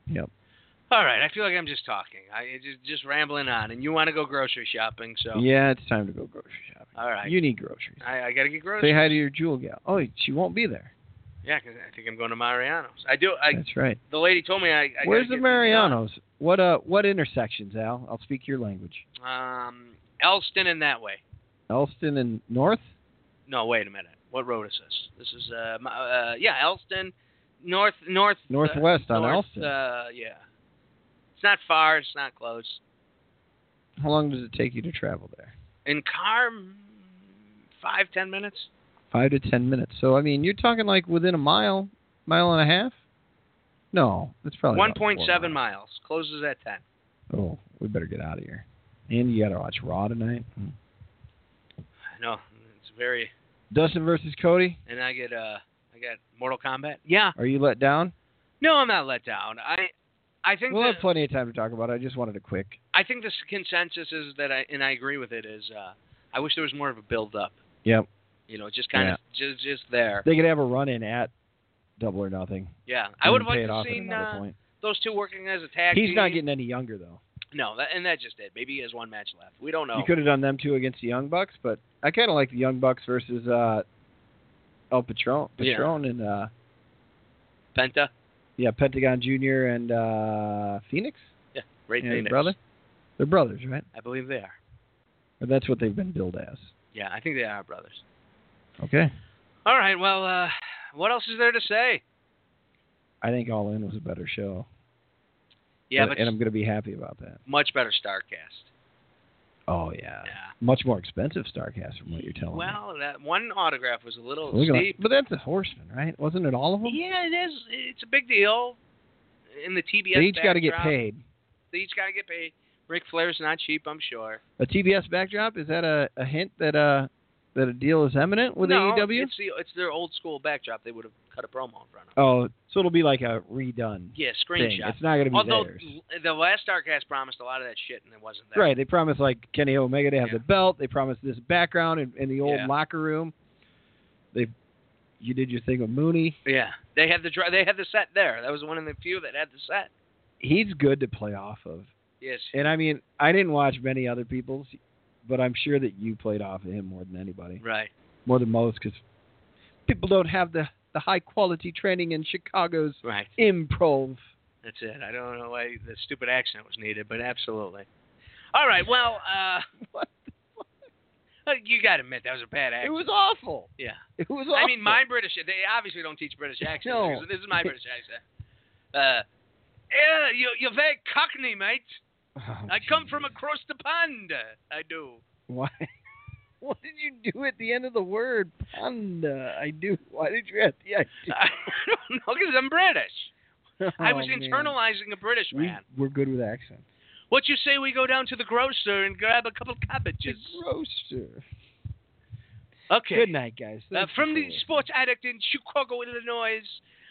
B: Yep.
C: All right, I feel like I'm just talking. I it's just just rambling on, and you want to go grocery shopping, so
B: Yeah, it's time to go grocery shopping.
C: all right.
B: You need groceries.
C: I, I gotta get
B: Say
C: groceries.
B: hi to your jewel gal. Oh, she won't be there.
C: Yeah, 'cause I think I'm going to Mariano's. I do. I
B: That's right.
C: the lady told me I. I gotta
B: Where's
C: get
B: the
C: these
B: Marianos? What uh? What intersections, Al? I'll speak your language.
C: done. Um, Elston and that way.
B: Elston and North.
C: No, wait a minute. What road is this? This is uh, my- uh yeah, Elston, north north uh,
B: Northwest on
C: north,
B: Elston.
C: Uh, yeah. It's not far. It's not close.
B: How long does it take you to travel there?
C: In car, mm, five ten minutes.
B: Five to ten minutes. So I mean, you're talking like within a mile, mile and a half. No, that's probably
C: One
B: about four
C: point seven
B: miles.
C: miles. Closes at ten.
B: Oh, we better get out of here. And you got to watch Raw tonight. Hmm.
C: I know. It's very.
B: Dustin versus Cody.
C: and I get uh I got Mortal Kombat. Yeah.
B: Are you let down?
C: No, I'm not let down. I I think
B: We'll
C: the,
B: have plenty of time to talk about it. I just wanted a quick.
C: I think the s- consensus is that I and I agree with it is uh I wish there was more of a build up.
B: Yep.
C: You know, just kind of just just there.
B: They could have a run in at Double or Nothing.
C: Yeah. I would have
B: And pay
C: liked
B: it
C: to
B: off
C: have
B: at
C: seen
B: another
C: uh,
B: point.
C: those two working as a tag
B: He's
C: team.
B: not getting any younger though.
C: No, that, and that's just it. Maybe he has one match left. We don't know.
B: You could have done them two against the Young Bucks, but I kind of like the Young Bucks versus uh, El Patron,
C: Yeah.
B: Patron and uh,
C: Penta,
B: yeah Pentagon Junior and uh, Phoenix.
C: Ray
B: Yeah, his
C: Phoenix.
B: brother. They're brothers, right?
C: I believe they are.
B: Or that's what they've been billed as.
C: Yeah, I think they are brothers.
B: Okay.
C: All right. Well, uh what else is there to say?
B: I think All In was a better show.
C: Yeah,
B: and,
C: but
B: and I'm going to be happy about that.
C: much better Starcast.
B: Oh yeah.
C: Yeah.
B: much more expensive Starcast from what you're telling me.
C: Well, that one autograph was a little
B: Look at that.
C: steep.
B: but that's a horseman, right? Wasn't it all of them?
C: Yeah, it is. It's a big deal. In the TBS,
B: they each got to get
C: backdrop,
B: paid.
C: They each got to get paid. Ric Flair's not cheap, I'm sure.
B: A TBS backdrop is that a, a hint that uh that a deal is imminent with E
C: no,
B: AEW?
C: it's the it's their old school backdrop. They would have cut a promo in front of.
B: Oh, so it'll be like a redone
C: Yeah,
B: thing.
C: screenshot.
B: It's not going to be
C: Although
B: theirs.
C: l- the last Starcast promised a lot of that shit, and it wasn't there.
B: Right, they promised like Kenny Omega to have
C: Yeah.
B: the belt. They promised this background in, in the old
C: Yeah.
B: locker room. They, you did your thing with Mooney.
C: Yeah, they had the dr- they had the set there. That was one of the few that had the set.
B: He's good to play off of.
C: Yes.
B: And I mean, I didn't watch many other people's, but I'm sure that you played off of him more than anybody.
C: Right.
B: more than most because people don't have the, the high quality training in Chicago's
C: Right.
B: improv.
C: That's it. I don't know why the stupid accent was needed, but absolutely. All right. Well, uh,
B: What
C: Uh, You got to admit that was a bad
B: It
C: accent.
B: was awful.
C: yeah.
B: It was awful.
C: I mean, my British. They obviously don't teach British accents.
B: No.
C: because This is my British accent. Uh, yeah, you, you're very cockney, mate. I come from across the pond. I do.
B: Why? What did you do at the end of the word panda? I do. Why did you add the
C: I don't know because I'm British.
B: idea?
C: I was
B: Oh, man.
C: internalizing a British
B: We,
C: man.
B: we're good with accents.
C: What you say we go down to the grocer and grab a couple cabbages?
B: Roaster.
C: Okay.
B: Good night, guys.
C: Uh,
B: Thank you
C: from
B: for
C: the
B: listening.
C: sports addict in Chicago, Illinois,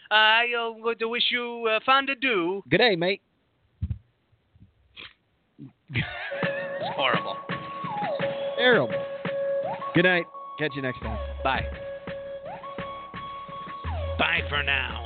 C: uh, I'm going to wish you uh, fond adieu.
B: Good day, mate.
C: It's horrible.
B: Terrible. Good night. Catch you next time.
C: Bye. Bye for now.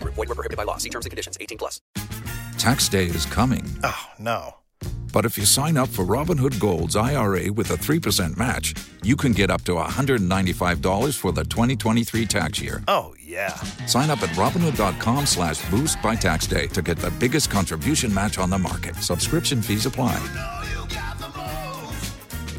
F: Group. Void were prohibited by law. See terms and conditions. 18 plus.
G: Tax day is coming,
H: Oh, no.
G: but if you sign up for Robinhood Gold's IRA with a 3% match, you can get up to $195 for the 2023 tax year.
H: Oh, yeah.
G: Sign up at Robinhood.com slash boost by tax day to get the biggest contribution match on the market. Subscription fees apply.